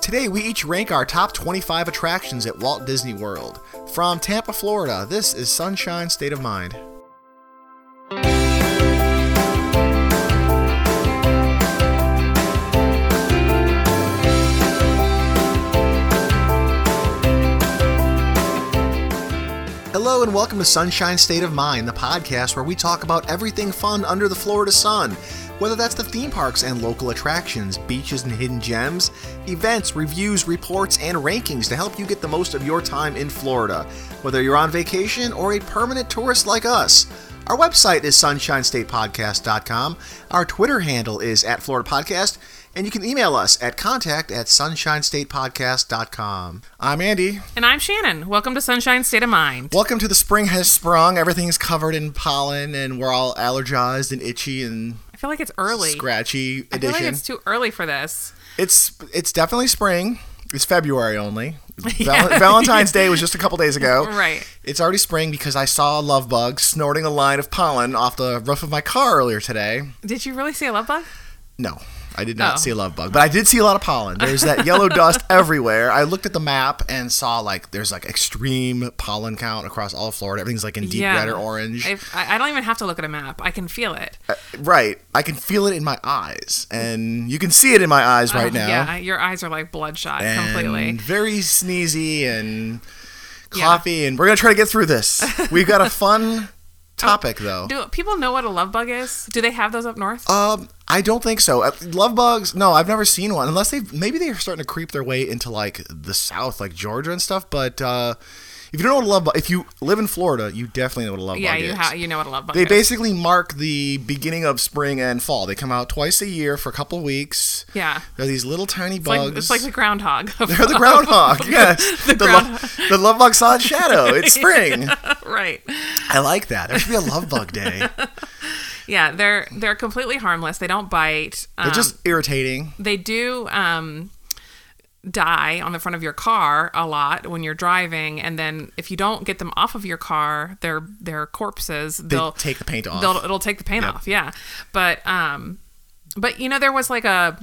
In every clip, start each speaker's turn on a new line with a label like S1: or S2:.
S1: Today, we each rank our top 25 attractions at Walt Disney World. From Tampa, Florida, this is Sunshine State of Mind. Hello, and welcome to Sunshine State of Mind, the podcast where we talk about everything fun under the Florida sun. Whether that's the theme parks and local attractions, beaches and hidden gems, events, reviews, reports, and rankings to help you get the most of your time in Florida. Whether you're on vacation or a permanent tourist like us. Our website is sunshinestatepodcast.com. Our Twitter handle is at Florida Podcast, and you can email us at contact at sunshinestatepodcast.com. I'm Andy.
S2: And I'm Shannon. Welcome to Sunshine State of Mind.
S1: Welcome to the spring has sprung. Everything's covered in pollen, and we're all allergized and itchy and
S2: I feel like it's early.
S1: scratchy.
S2: I feel
S1: Edition.
S2: like it's
S1: it's,
S2: too early for this.
S1: it's definitely spring. It's February only.
S2: Yeah.
S1: Val- Valentine's Day was just a couple days ago.
S2: Right.
S1: It's already spring because I saw a love bug snorting a line of pollen off the roof of my car earlier today.
S2: Did you really see a love bug?
S1: No, I did not
S2: Oh.
S1: see a love bug, but I did see a lot of pollen. There's that yellow dust everywhere. I looked at the map and saw like there's like extreme pollen count across all of Florida. Everything's like in deep red or orange.
S2: If, I, I don't even have to look at a map. I can feel it.
S1: Right. I can feel it in my eyes, and you can see it in my eyes right
S2: Uh,
S1: now.
S2: Yeah, I- your eyes are like bloodshot
S1: and
S2: completely.
S1: Very sneezy and
S2: Yeah.
S1: coffee, and we're gonna try to get through this. We've got a fun topic though.
S2: Do people know what a love bug is? Do they have those up north?
S1: Um, I don't think so. Uh, Love bugs? No, I've never seen one. Unless they maybe they're starting to creep their way into like the South, like Georgia and stuff. But uh, if you don't know what a love bug, if you live in Florida, you definitely know what a love
S2: yeah,
S1: bug
S2: you
S1: is.
S2: ha- you know what a love bug
S1: They
S2: is.
S1: basically mark the beginning of spring and fall. They come out twice a year for a couple weeks.
S2: Yeah.
S1: They're these little tiny
S2: It's like,
S1: bugs.
S2: it's like the groundhog.
S1: They're the groundhog. Yes. the, lo-
S2: groundhog.
S1: the love bug saw its shadow. It's spring.
S2: right.
S1: I like that. There should be a love bug day.
S2: Yeah, they're they're completely harmless. They don't bite. Um,
S1: They're just irritating.
S2: they do um, die on the front of your car a lot when you're driving, and then if you don't get them off of your car, they're they're corpses.
S1: They
S2: They'll
S1: take the paint off.
S2: they'll it'll take the paint off. Yeah, but um, but you know there was like a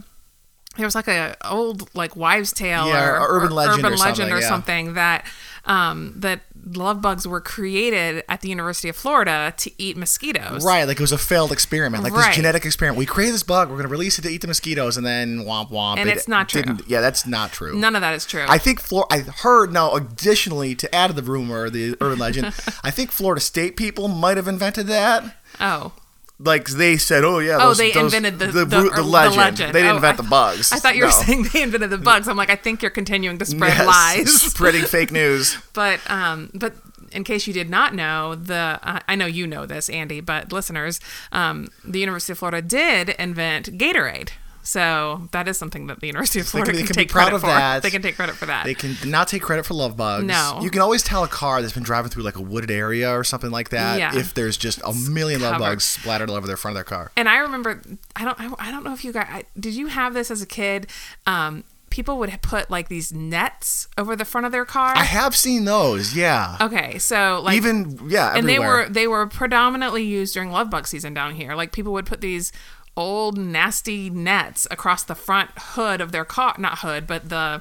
S2: there was like a old like wives tale
S1: Yeah,
S2: or,
S1: or urban legend
S2: urban
S1: or
S2: legend
S1: something,
S2: or
S1: yeah.
S2: something that um, that love bugs were created at the University of Florida to eat mosquitoes.
S1: Right, like it was a failed experiment, like
S2: Right.
S1: this genetic experiment. We created this bug, we're going to release it to eat the mosquitoes, and then womp womp.
S2: And
S1: It
S2: it's not true.
S1: didn't- Yeah, that's not true.
S2: None of that is true.
S1: I think Flor- I heard now. Additionally, to add to the rumor, the urban legend, I think Florida State people might have invented that.
S2: oh.
S1: Like they said, oh yeah,
S2: Oh,
S1: those-
S2: they
S1: those-
S2: invented the
S1: the, ru- the legend. They didn't
S2: Oh,
S1: invent
S2: I-
S1: the bugs.
S2: I thought you were
S1: No.
S2: saying they invented the bugs. I'm like, I think you're continuing to spread
S1: Yes,
S2: lies.
S1: spreading fake news.
S2: But um, but in case you did not know, the uh, I know you know this, Andy, but listeners, um, the University of Florida did invent Gatorade. So that is something that the University of
S1: can-
S2: Florida
S1: they
S2: can,
S1: can be
S2: take
S1: proud
S2: credit
S1: of
S2: for.
S1: that.
S2: They can take credit for that.
S1: They can not take credit for love bugs.
S2: No.
S1: You can always tell a car that's been driving through like a wooded area or something like that
S2: Yeah.
S1: if there's just a million love
S2: covered.
S1: bugs splattered all over the front of their car.
S2: and I remember, I don't, I, I don't know if you guys I, did. You have this as a kid. Um, people would put like these nets over the front of their car.
S1: I have seen those, yeah.
S2: okay, so like
S1: Even yeah, everywhere.
S2: Oh. and they were they were predominantly used during love bug season down here. Like people would put these old nasty nets across the front hood of their car, not hood, but the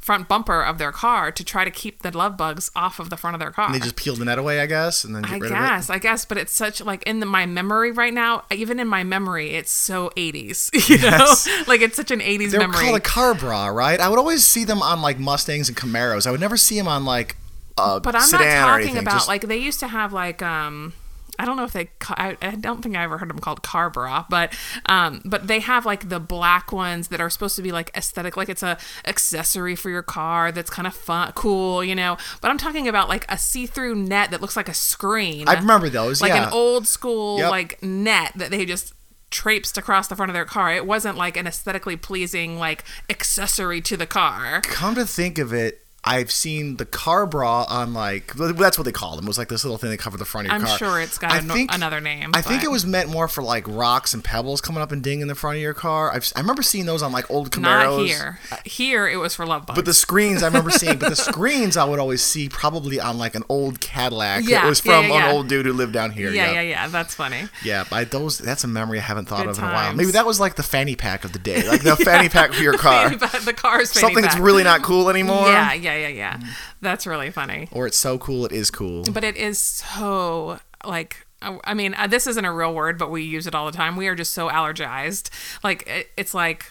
S2: front bumper of their car to try to keep the love bugs off of the front of their car.
S1: They just peeled the net away, I guess, and then get
S2: I
S1: rid
S2: guess, I guess, but it's such like in the, my memory right now. Even in my memory, it's so 80s, you
S1: Yes.
S2: know, like it's such an 80s
S1: of it. They were
S2: memory.
S1: called a car bra, right? I would always see them on like Mustangs and Camaros. I would never see them on like a
S2: But I'm
S1: sedan
S2: not
S1: or
S2: talking
S1: anything.
S2: about
S1: just,
S2: like they used to have like um I don't know if they ca- I, I don't think I ever heard them called car bra, but um but they have like the black ones that are supposed to be like aesthetic like it's a accessory for your car that's kind of fun cool, you know. But I'm talking about like a see-through net that looks like a screen.
S1: I remember those.
S2: like
S1: yeah.
S2: an old school
S1: Yep.
S2: like net that they just traipsed across the front of their car. It wasn't like an aesthetically pleasing like accessory to the car.
S1: Come to think of it, I've seen the car bra on like that's what they call them. It was like this little thing that covered the front of your
S2: I'm
S1: car.
S2: sure it's got
S1: I
S2: a no- another name,
S1: I think
S2: but-
S1: it was meant more for like rocks and pebbles coming up and ding in the front of your car. I've, si remember seeing those on like old Camaros.
S2: Not here. Here it was for love bugs.
S1: But the screens I remember seeing, but the screens I would always see probably on like an old Cadillac.
S2: Yeah,
S1: it was
S2: yeah,
S1: from
S2: yeah,
S1: an
S2: yeah.
S1: old dude who lived down here.
S2: yeah,
S1: yeah.
S2: yeah, yeah. That's funny.
S1: Yeah, but I, those that's a memory I haven't thought
S2: Good
S1: of in a while.
S2: times.
S1: Maybe that was like the fanny pack of the day, like the fanny pack for your car.
S2: Fanny pack- the car's fanny
S1: Something that's
S2: pack.
S1: really not cool anymore.
S2: Yeah, yeah, yeah, yeah. That's really funny.
S1: Or it's so cool it is cool.
S2: But it is so like I I mean, uh, this isn't a real word, but we use it all the time. We are just so allergized. Like it, it's like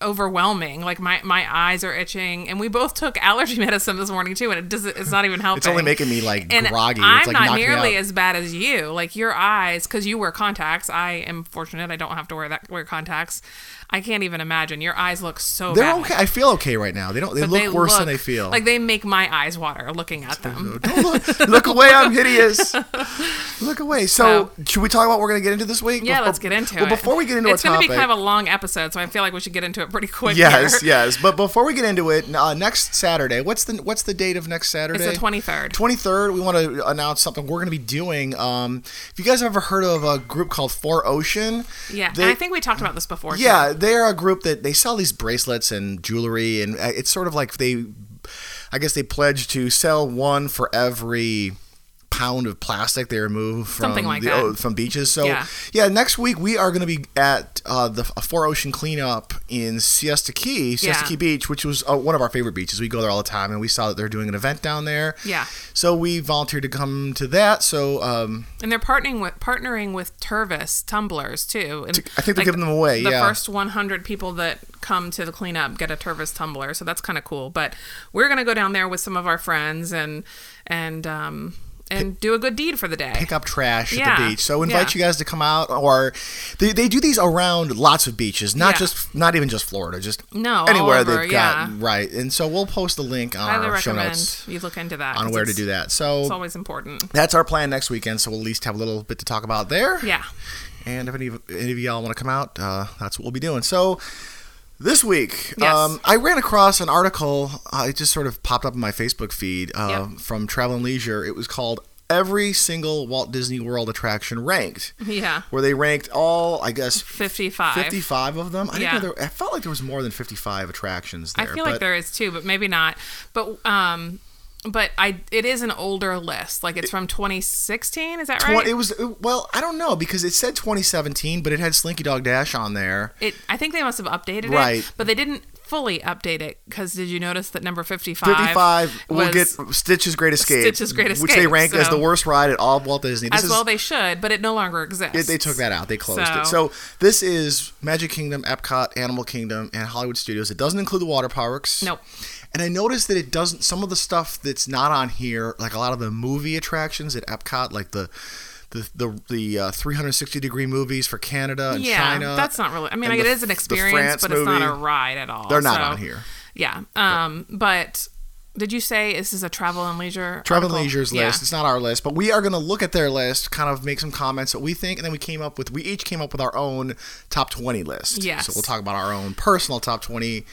S2: overwhelming. Like my my eyes are itching, and we both took allergy medicine this morning too, and it doesn't. It's not even helping.
S1: It's only making me like
S2: and
S1: groggy.
S2: I'm
S1: it's like
S2: not
S1: knocking me
S2: nearly
S1: out.
S2: as bad as you. Like your eyes, because you wear contacts. I am fortunate; I don't have to wear that wear contacts. I can't even imagine. Your eyes look so.
S1: They're
S2: bad.
S1: okay. I feel okay right now. They don't. They
S2: But
S1: look
S2: they
S1: worse than
S2: look-
S1: they feel.
S2: Like they make my eyes water looking at them.
S1: Don't look, look away. I'm hideous. Look away. So, should we talk about what we're gonna get into this week?
S2: Yeah,
S1: Bef-
S2: let's get into
S1: well,
S2: it.
S1: before we get into
S2: it's
S1: a topic,
S2: gonna be kind of a long episode, so I feel like we should get into it pretty quick.
S1: yes,
S2: here.
S1: yes. But before we get into it, uh, next Saturday. What's the What's the date of next Saturday?
S2: It's the twenty third.
S1: 23rd, we want to announce something we're going to be doing. Um, if you guys have ever heard of a group called Four Ocean,
S2: Yeah,
S1: they-
S2: and I think we talked about this before. too.
S1: yeah, they're a group that they sell these bracelets and jewelry, and uh, it's sort of like they, I guess they pledge to sell one for every pound of plastic they remove from
S2: Something like
S1: the
S2: that.
S1: o- from beaches. So yeah.
S2: Yeah.
S1: next week we are going to be at uh, the a Four Ocean cleanup in Siesta Key, Siesta
S2: Yeah.
S1: Key Beach, which was uh, one of our favorite beaches. We go there all the time, and we saw that they're doing an event down there.
S2: Yeah.
S1: So we volunteered to come to that. So um,
S2: and they're partnering with partnering with Tervis tumblers too. And
S1: I think they're giving them away,
S2: The
S1: yeah.
S2: first one hundred people that come to the cleanup get a Tervis tumbler, so that's kind of cool. But we're gonna go down there with some of our friends and and um and do a good deed for the day.
S1: pick up trash at the
S2: Yeah.
S1: beach. So invite
S2: Yeah.
S1: you guys to come out or they, they do these around lots of beaches, not
S2: Yeah.
S1: just not even just Florida, just
S2: No, all
S1: anywhere
S2: over,
S1: they've
S2: yeah.
S1: got right. And so we'll post the link on
S2: highly
S1: our show
S2: recommend
S1: notes
S2: you look into that
S1: on
S2: 'cause
S1: where to
S2: it's-
S1: do that.
S2: It's
S1: So
S2: always important.
S1: that's our plan next weekend, so we'll at least have a little bit to talk about there.
S2: Yeah.
S1: And if any of, any of y'all want to come out, uh, that's what we'll be doing. So this week,
S2: Yes.
S1: um, I ran across an article. Uh, it just sort of popped up in my Facebook feed uh,
S2: Yep.
S1: from Travel and Leisure. It was called "Every Single Walt Disney World Attraction Ranked,"
S2: Yeah.
S1: where they ranked all, I guess,
S2: 55.
S1: fifty-five of them. I didn't
S2: Yeah.
S1: know there. I felt like there was more than fifty-five attractions
S2: I
S1: there.
S2: feel
S1: but
S2: like there is too, but maybe not. But um but I it is an older list. Like it's from 2016, is that
S1: twen-
S2: right?
S1: It was well, I don't know because it said 2017, but it had Slinky Dog Dash on there.
S2: It I think they must have updated
S1: Right.
S2: it, but they didn't fully update it cuz did you notice that number 55
S1: 55 we'll
S2: was-
S1: get Stitch's Great Escape.
S2: Stitch's Great
S1: Which they
S2: Escape,
S1: ranked as
S2: so-
S1: the worst ride at all of Walt Disney. This
S2: as
S1: is,
S2: well they should, but it no longer exists.
S1: they, they took that out. They closed it.
S2: So-
S1: So this is Magic Kingdom, Epcot, Animal Kingdom, and Hollywood Studios. It doesn't include the water parks.
S2: Nope.
S1: And I noticed that it doesn't. Some of the stuff that's not on here, like a lot of the movie attractions at Epcot, like the the the, the uh, 360 degree movies for Canada and
S2: yeah,
S1: China.
S2: that's not really. I mean,
S1: and
S2: like, it
S1: the-
S2: is an
S1: the
S2: experience,
S1: France
S2: but it's not
S1: movie.
S2: a ride at all.
S1: They're not
S2: so-
S1: on here.
S2: Yeah. Um. But did you say this is a travel and leisure?
S1: Travel and
S2: article?
S1: Leisure's
S2: Yeah.
S1: list. It's not our list, but we are going to look at their list, kind of make some comments that we think, and then we came up with. We each came up with our own top twenty list.
S2: Yes.
S1: So we'll talk about our own personal top twenty,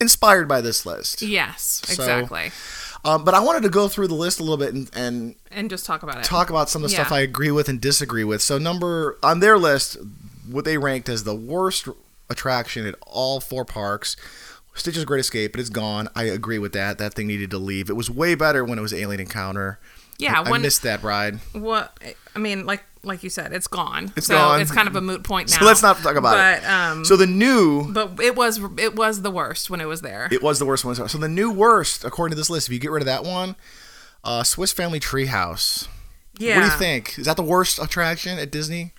S1: inspired by this list.
S2: Yes, exactly.
S1: Um, but I wanted to go through the list a little bit and, and
S2: and just talk about it.
S1: talk about some of the stuff
S2: Yeah.
S1: I agree with and disagree with. So number on their list, what they ranked as the worst attraction at all four parks. Stitch's Great Escape, but it's gone. I agree with that. That thing needed to leave. It was way better when it was Alien Encounter.
S2: Yeah,
S1: I, I
S2: when-
S1: missed that ride.
S2: what I mean, like like you said, it's gone.
S1: It's
S2: so
S1: gone.
S2: It's kind of a moot point now.
S1: So let's not talk about
S2: but,
S1: it.
S2: Um,
S1: so the new,
S2: but it was it was the worst when it was there.
S1: it was the worst one. So the new worst, according to this list, if you get rid of that one, uh, Swiss Family Treehouse.
S2: yeah.
S1: What do you think? Is that the worst attraction at Disney?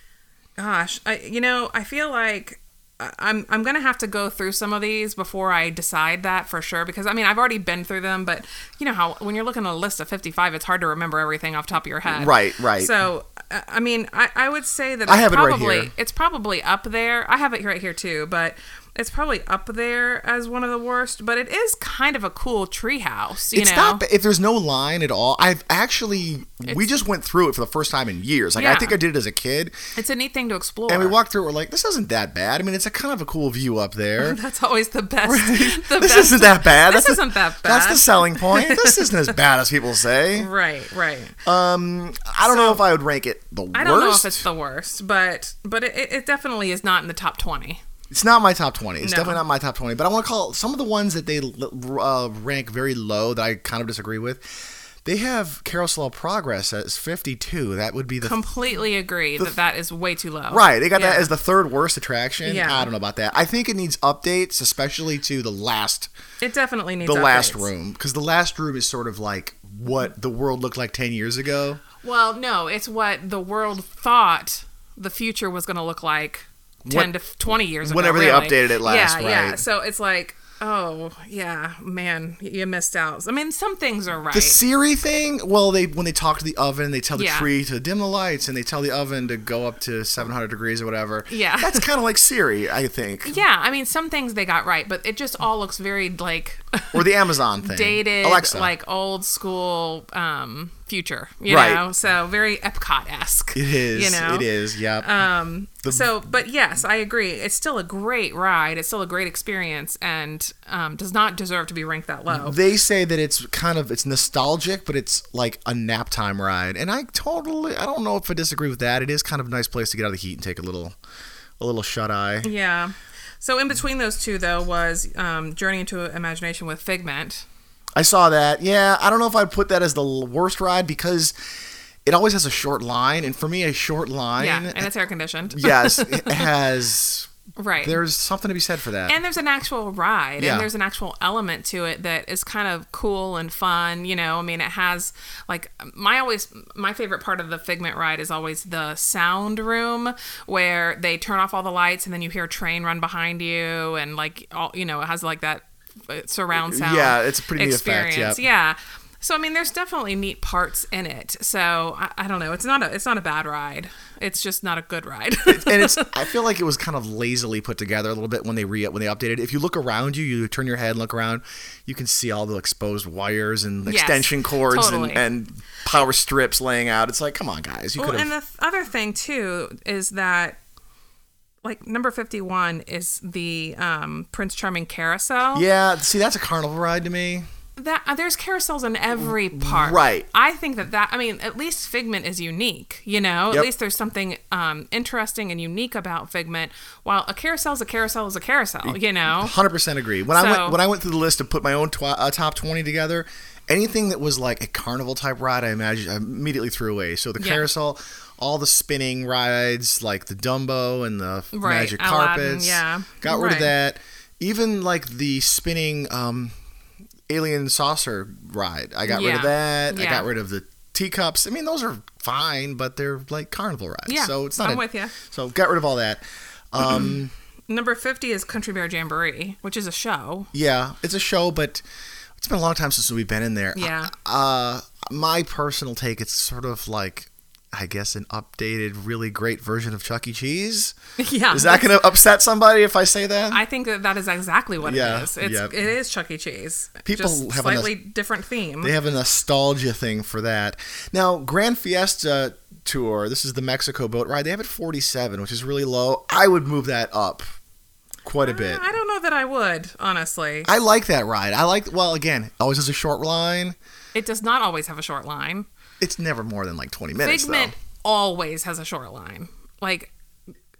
S2: Gosh, I, you know, I feel like I- I'm I'm gonna have to go through some of these before I decide that for sure because I mean I've already been through them, but you know how when you're looking at a list of 55, it's hard to remember everything off the top of your head.
S1: Right, right.
S2: So uh, I I mean I, I would say that
S1: I
S2: it's
S1: have it right
S2: probably
S1: here.
S2: it's probably up there. I have it right here too, but it's probably up there as one of the worst, but it is kind of a cool treehouse. You
S1: it's
S2: know,
S1: not ba- if there's no line at all. I've actually we just went through it for the first time in years. Like I
S2: Yeah.
S1: think I did it as a kid,
S2: it's a neat thing to explore.
S1: and we walked through. it, We're like, this isn't that bad. I mean, it's a kind of a cool view up there.
S2: That's always the best. The
S1: this
S2: best.
S1: isn't that bad.
S2: This
S1: That's the-
S2: isn't that bad.
S1: That's the selling point. This isn't as bad as people say.
S2: right, right.
S1: Um, I don't know if I would rank it the
S2: I
S1: worst.
S2: don't know if it's the worst, but but it, it definitely is not in the top twenty.
S1: It's not my top 20. It's
S2: No.
S1: definitely not my top 20. But I want to call some of the ones that they l- uh, rank very low that I kind of disagree with. They have Carousel Progress as 52. That would be the.
S2: Completely agree that that is way too low.
S1: right. They got
S2: Yeah.
S1: that as the third worst attraction.
S2: Yeah.
S1: I don't know about that. I think it needs updates, especially to the last.
S2: It definitely needs
S1: The last
S2: upgrades.
S1: room, because the last room is sort of like what the world looked like ten years ago.
S2: Well, no, it's what the world thought the future was going to look like ten to twenty years
S1: Whenever
S2: ago.
S1: they
S2: really.
S1: updated it last,
S2: yeah, yeah.
S1: right.
S2: So it's like, oh yeah, man, you missed out. I mean, some things are right.
S1: The Siri thing, well, they when they talk to the oven, they tell the
S2: Yeah.
S1: tree to dim the lights, and they tell the oven to go up to 700 degrees or whatever.
S2: Yeah.
S1: that's kind of like Siri, I think,
S2: yeah, I mean, some things they got right, but it just all looks very like
S1: or the Amazon thing,
S2: dated,
S1: Alexa.
S2: like old school um, future. You
S1: Right.
S2: know, so very Epcot esque.
S1: it is,
S2: You know,
S1: it is, yep.
S2: Um, so, but yes, I agree. It's still a great ride. It's still a great experience, and um, does not deserve to be ranked that low.
S1: they say that it's kind of it's nostalgic, but it's like a nap time ride, and I totally, I don't know if I disagree with that. It is kind of a nice place to get out of the heat and take a little, a little shut eye.
S2: Yeah. So in between those two, though, was um, Journey into Imagination with Figment.
S1: I saw that. Yeah, I don't know if I'd put that as the l- worst ride because it always has a short line, and for me, a short line.
S2: Yeah, and it's air conditioned.
S1: yes, it has.
S2: right.
S1: There's something to be said for that.
S2: and there's an actual ride
S1: Yeah.
S2: and there's an actual element to it that is kind of cool and fun you know i mean it has like my always my favorite part of the figment ride is always the sound room where they turn off all the lights and then you hear a train run behind you and like all you know it has like that uh, surround sound
S1: Yeah, it's a pretty neat effect,
S2: experience
S1: yep.
S2: yeah so I mean, there's definitely neat parts in it. So I, I don't know. It's not a it's not a bad ride. It's just not a good ride.
S1: And it's. I feel like it was kind of lazily put together a little bit when they re when they updated. it. If you look around you, you turn your head and look around, you can see all the exposed wires and
S2: Yes,
S1: extension cords
S2: totally.
S1: and, and power strips laying out. It's like, come on, guys, you
S2: Well,
S1: could have.
S2: and the th- other thing too is that like number 51 is the um, Prince Charming carousel.
S1: yeah, see, that's a carnival ride to me.
S2: That uh, there's carousels in every park.
S1: Right.
S2: I think that that I mean at least Figment is unique, you know?
S1: Yep.
S2: At least there's something um, interesting and unique about Figment while a carousel's a carousel is a carousel, you know?
S1: Hundred percent agree. When I went
S2: So-
S1: when I went through the list to put my own tw- uh, top twenty together, anything that was like a carnival type ride, I imagine I immediately threw away. So the
S2: Yeah.
S1: carousel, all the spinning rides like the Dumbo and the f-
S2: Right,
S1: magic
S2: Aladdin,
S1: carpets,
S2: yeah.
S1: got rid of
S2: Right.
S1: that. Even like the spinning um, alien saucer ride, I got rid of
S2: Yeah.
S1: that. I
S2: Yeah.
S1: got rid of the teacups. I mean, those are fine, but they're like carnival rides.
S2: Yeah,
S1: so it's not.
S2: I'm
S1: a-
S2: with ya.
S1: So got rid of all that. Um,
S2: Number 50 is Country Bear Jamboree, which is a show.
S1: Yeah, it's a show, but it's been a long time since we've been in there.
S2: Yeah.
S1: Uh, my personal take, it's sort of like, I guess, an updated, really great version of Chuck E. Cheese.
S2: yeah.
S1: Is that going to upset somebody if I say that?
S2: I think that that is exactly what
S1: Yeah,
S2: it is. It's
S1: yep.
S2: it is Chuck E. Cheese.
S1: People
S2: Just
S1: have a nos-
S2: slightly different theme.
S1: they have a nostalgia thing for that. Now, Grand Fiesta Tour, this is the Mexico boat ride. They have it 47, which is really low. I would move that up quite a bit.
S2: Uh, I don't know that I would, honestly.
S1: I like that ride. I like, well, again, always has a short line.
S2: It does not always have a short line.
S1: It's never more than like 20 minutes,
S2: Figment
S1: though.
S2: always has a short line. Like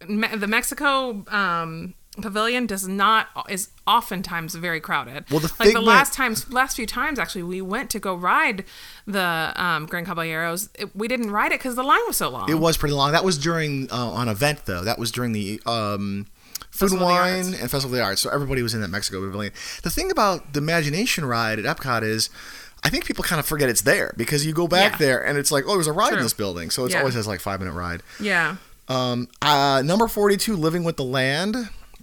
S2: me- the Mexico um, pavilion does not is oftentimes very crowded.
S1: Well, the
S2: like the
S1: Figment-
S2: last times, last few times actually, we went to go ride the um, Grand Caballeros. It, we didn't ride it because the line was so long.
S1: It was pretty long. That was during uh, on event though. That was during the um, food and
S2: Festival of the
S1: wine and festival of the arts. So everybody was in that Mexico pavilion. The thing about the imagination ride at Epcot is. I think people kind of forget it's there because you go back
S2: Yeah.
S1: there and it's like, oh, there's a ride in
S2: True.
S1: this building. So it's
S2: Yeah.
S1: always has like five minute ride.
S2: yeah.
S1: Um, uh, number 42, Living with the Land.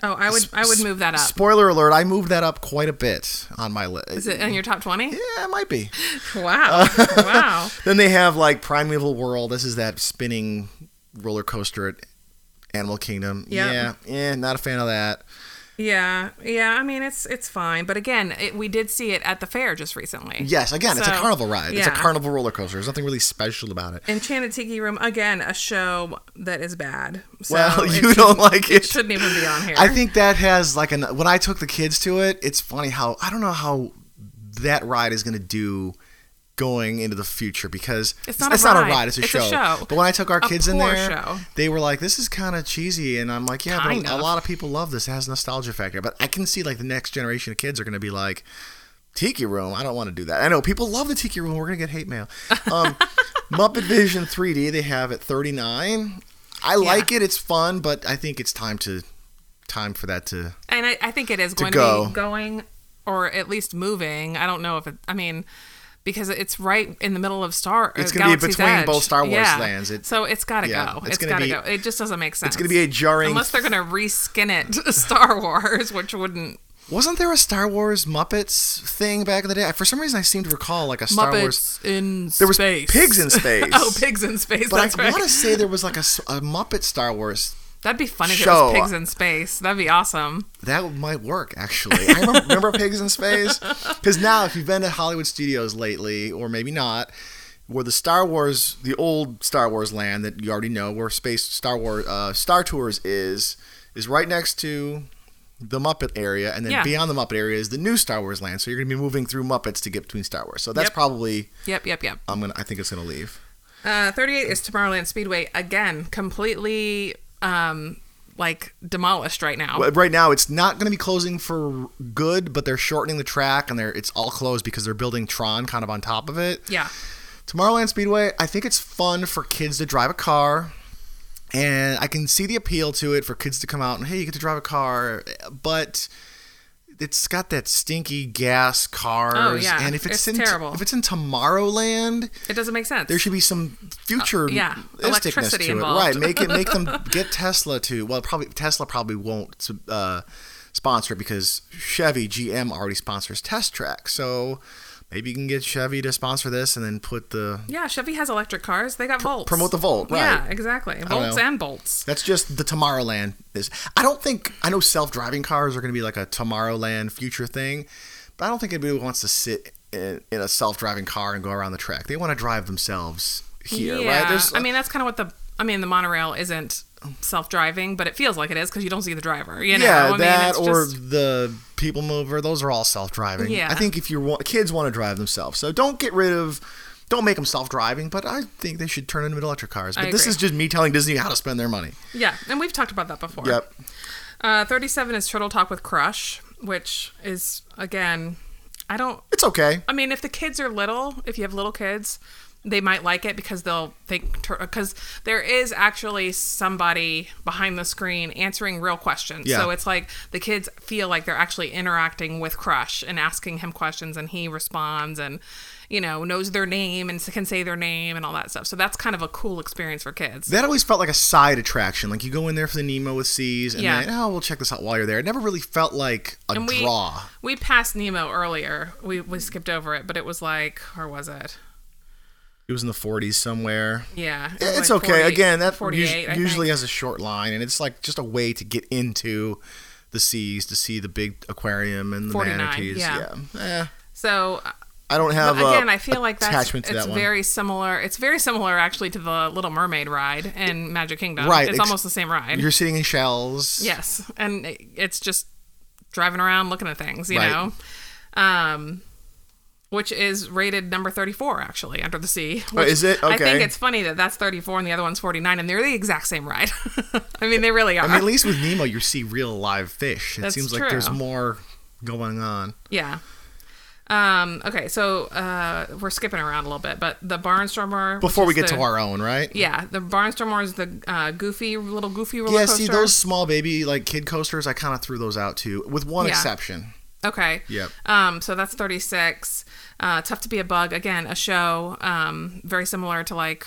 S2: Oh, I would I would move that up.
S1: Spoiler alert, I moved that up quite a bit on my list.
S2: Is it in your top twenty?
S1: Yeah, it might be.
S2: Wow.
S1: Uh,
S2: wow.
S1: Then they have like Primeval World. This is that spinning roller coaster at Animal Kingdom.
S2: Yeah.
S1: Yeah, yeah, not a fan of that.
S2: Yeah, yeah. I mean, it's it's fine, but again, it, we did see it at the fair just recently.
S1: Yes, again, it's a
S2: So,
S1: carnival ride. It's a
S2: yeah.
S1: carnival roller coaster. There's nothing really special about it.
S2: Enchanted Tiki Room again, a show that is bad. So
S1: Well,
S2: it
S1: you don't
S2: shouldn't-
S1: like
S2: It
S1: it.
S2: shouldn't even be on here.
S1: I think that has like an when I took the kids to it, it's funny how I don't know how that ride is gonna do going into the future because
S2: It's not a ride.
S1: it's a,
S2: It's a
S1: show.
S2: show.
S1: But when I took our
S2: A
S1: kids in
S2: poor
S1: there,
S2: show.
S1: they were like, "This is kind of cheesy," and I'm like, "Yeah,
S2: Kind
S1: but a
S2: of.
S1: lot of people love this. It has nostalgia factor." But I can see like the next generation of kids are gonna be like. Tiki Room. I don't want to do that. I know people love the Tiki Room. We're gonna get hate mail. Um, Muppet Vision 3D. They have at 39. I like it. It's fun, but I think it's time to time for that to.
S2: and I, I think it is going
S1: go.
S2: to be going or at least moving. I don't know if it. I mean. Because it's right in the middle of Star.
S1: It's
S2: uh,
S1: gonna be
S2: Galaxy's
S1: between
S2: Edge.
S1: both Star Wars
S2: yeah.
S1: lands. It-
S2: so it's got to
S1: yeah,
S2: go.
S1: it's
S2: It's,
S1: gonna
S2: got to
S1: be-
S2: go. It just doesn't make sense.
S1: It's gonna be a jarring.
S2: unless they're gonna reskin it Star Wars, which wouldn't
S1: Wasn't there a Star Wars Muppets thing back in the day? For some reason, I seem to recall like a Star
S2: Muppets
S1: Wars.
S2: in
S1: There was
S2: space.
S1: pigs in space.
S2: oh, pigs in space.
S1: But
S2: that's
S1: I
S2: right.
S1: want to say there was like a, s- a Muppet Star Wars.
S2: That'd be fun if
S1: show.
S2: it was pigs in space. That'd be awesome.
S1: That might work actually. I remember, remember Pigs in Space because now if you've been to Hollywood Studios lately, or maybe not, where the Star Wars, the old Star Wars land that you already know, where Space Star Wars uh, Star Tours is, is right next to the Muppet area, and then
S2: Yeah.
S1: beyond the Muppet area is the new Star Wars land. So you're gonna be moving through Muppets to get between Star Wars. So that's
S2: Yep.
S1: probably
S2: Yep, yep, yep.
S1: I'm gonna. I think it's gonna leave.
S2: Uh, 38 is Tomorrowland Speedway again, completely um like demolished right now.
S1: But right now, it's not going to be closing for good, but they're shortening the track and they're it's all closed because they're building Tron kind of on top of it.
S2: Yeah.
S1: Tomorrowland Speedway, I think it's fun for kids to drive a car. And I can see the appeal to it for kids to come out and hey, you get to drive a car, but it's got that stinky gas cars.
S2: Oh, yeah.
S1: And if it's,
S2: It's
S1: in
S2: terrible.
S1: if it's in Tomorrowland,
S2: It doesn't make sense.
S1: there should be some future
S2: Uh, yeah,
S1: isticness
S2: electricity
S1: to
S2: involved.
S1: it, right? Make it make them get Tesla to well, probably Tesla probably won't uh, sponsor it because Chevy GM already sponsors Test Track, so maybe you can get Chevy to sponsor this and then put the
S2: yeah, Chevy has electric cars. They got volts.
S1: promote the Volt, right?
S2: Yeah, exactly. Volts
S1: know.
S2: and bolts.
S1: That's just the Tomorrowland. Is I don't think I know self-driving cars are going to be like a Tomorrowland future thing, but I don't think anybody wants to sit in, in a self-driving car and go around the track. They want to drive themselves here,
S2: yeah.
S1: right? There's-
S2: I mean, that's kind of what the. I mean, the monorail isn't self-driving, but it feels like it is because you don't see the driver. You know,
S1: yeah,
S2: I mean,
S1: that
S2: it's
S1: or
S2: just-
S1: the people mover. Those are all self-driving.
S2: Yeah.
S1: I think if you want kids want to drive themselves, so don't get rid of, don't make them self-driving. But I think they should turn into electric cars. But
S2: I
S1: this
S2: agree.
S1: is just me telling Disney how to spend their money.
S2: yeah, and we've talked about that before.
S1: Yep.
S2: Uh, Thirty-seven is Turtle Talk with Crush, which is again, I don't.
S1: It's okay.
S2: I mean, if the kids are little, if you have little kids, they might like it because they'll think because there is actually somebody behind the screen answering real questions.
S1: Yeah.
S2: So it's like the kids feel like they're actually interacting with Crush and asking him questions, and he responds and you know knows their name and can say their name and all that stuff. So that's kind of a cool experience for kids.
S1: That always felt like a side attraction. Like you go in there for the Nemo with C's, and
S2: Yeah.
S1: then oh, we'll check this out while you're there. It never really felt like a
S2: And we
S1: draw.
S2: we passed Nemo earlier. We we skipped over it, but it was like, or was it?
S1: It was in the 40s somewhere.
S2: Yeah, it was
S1: It's
S2: like
S1: okay.
S2: 40
S1: Again, that us-
S2: 48, I think.
S1: usually has a short line, and it's like just a way to get into the seas to see the big aquarium and the
S2: 49,
S1: manatees.
S2: yeah.
S1: Eh,
S2: So uh,
S1: I don't have
S2: but again,
S1: I
S2: I feel like that's
S1: attachment to
S2: it's
S1: that one.
S2: very similar. It's very similar actually to the Little Mermaid ride in Magic Kingdom.
S1: Right, ex-
S2: it's almost the same ride.
S1: You're sitting in shells.
S2: yes, and it- it's just driving around looking at things, you
S1: Right.
S2: know. Um, which is rated number 34 actually under the sea
S1: Oh,
S2: which
S1: is it?
S2: i think
S1: Okay.
S2: it's funny that that's 34 and the other one's 49 and they're the exact same ride i mean they really are
S1: I mean, at least with Nemo, you see real live fish. It
S2: That's
S1: seems like there's
S2: true.
S1: more going on.
S2: yeah um, okay so uh, we're skipping around a little bit but the barnstormer which
S1: Before we
S2: is
S1: get
S2: the-
S1: to our own, right?
S2: Yeah, the Barnstormer is the uh, goofy little goofy roller
S1: Yeah,
S2: coaster.
S1: see those small baby like kid coasters, I kind of threw those out too, with one
S2: Yeah.
S1: exception.
S2: Okay.
S1: Yep.
S2: Um, so that's thirty six. Uh, Tough to be a bug again, a show. Um, very similar to like,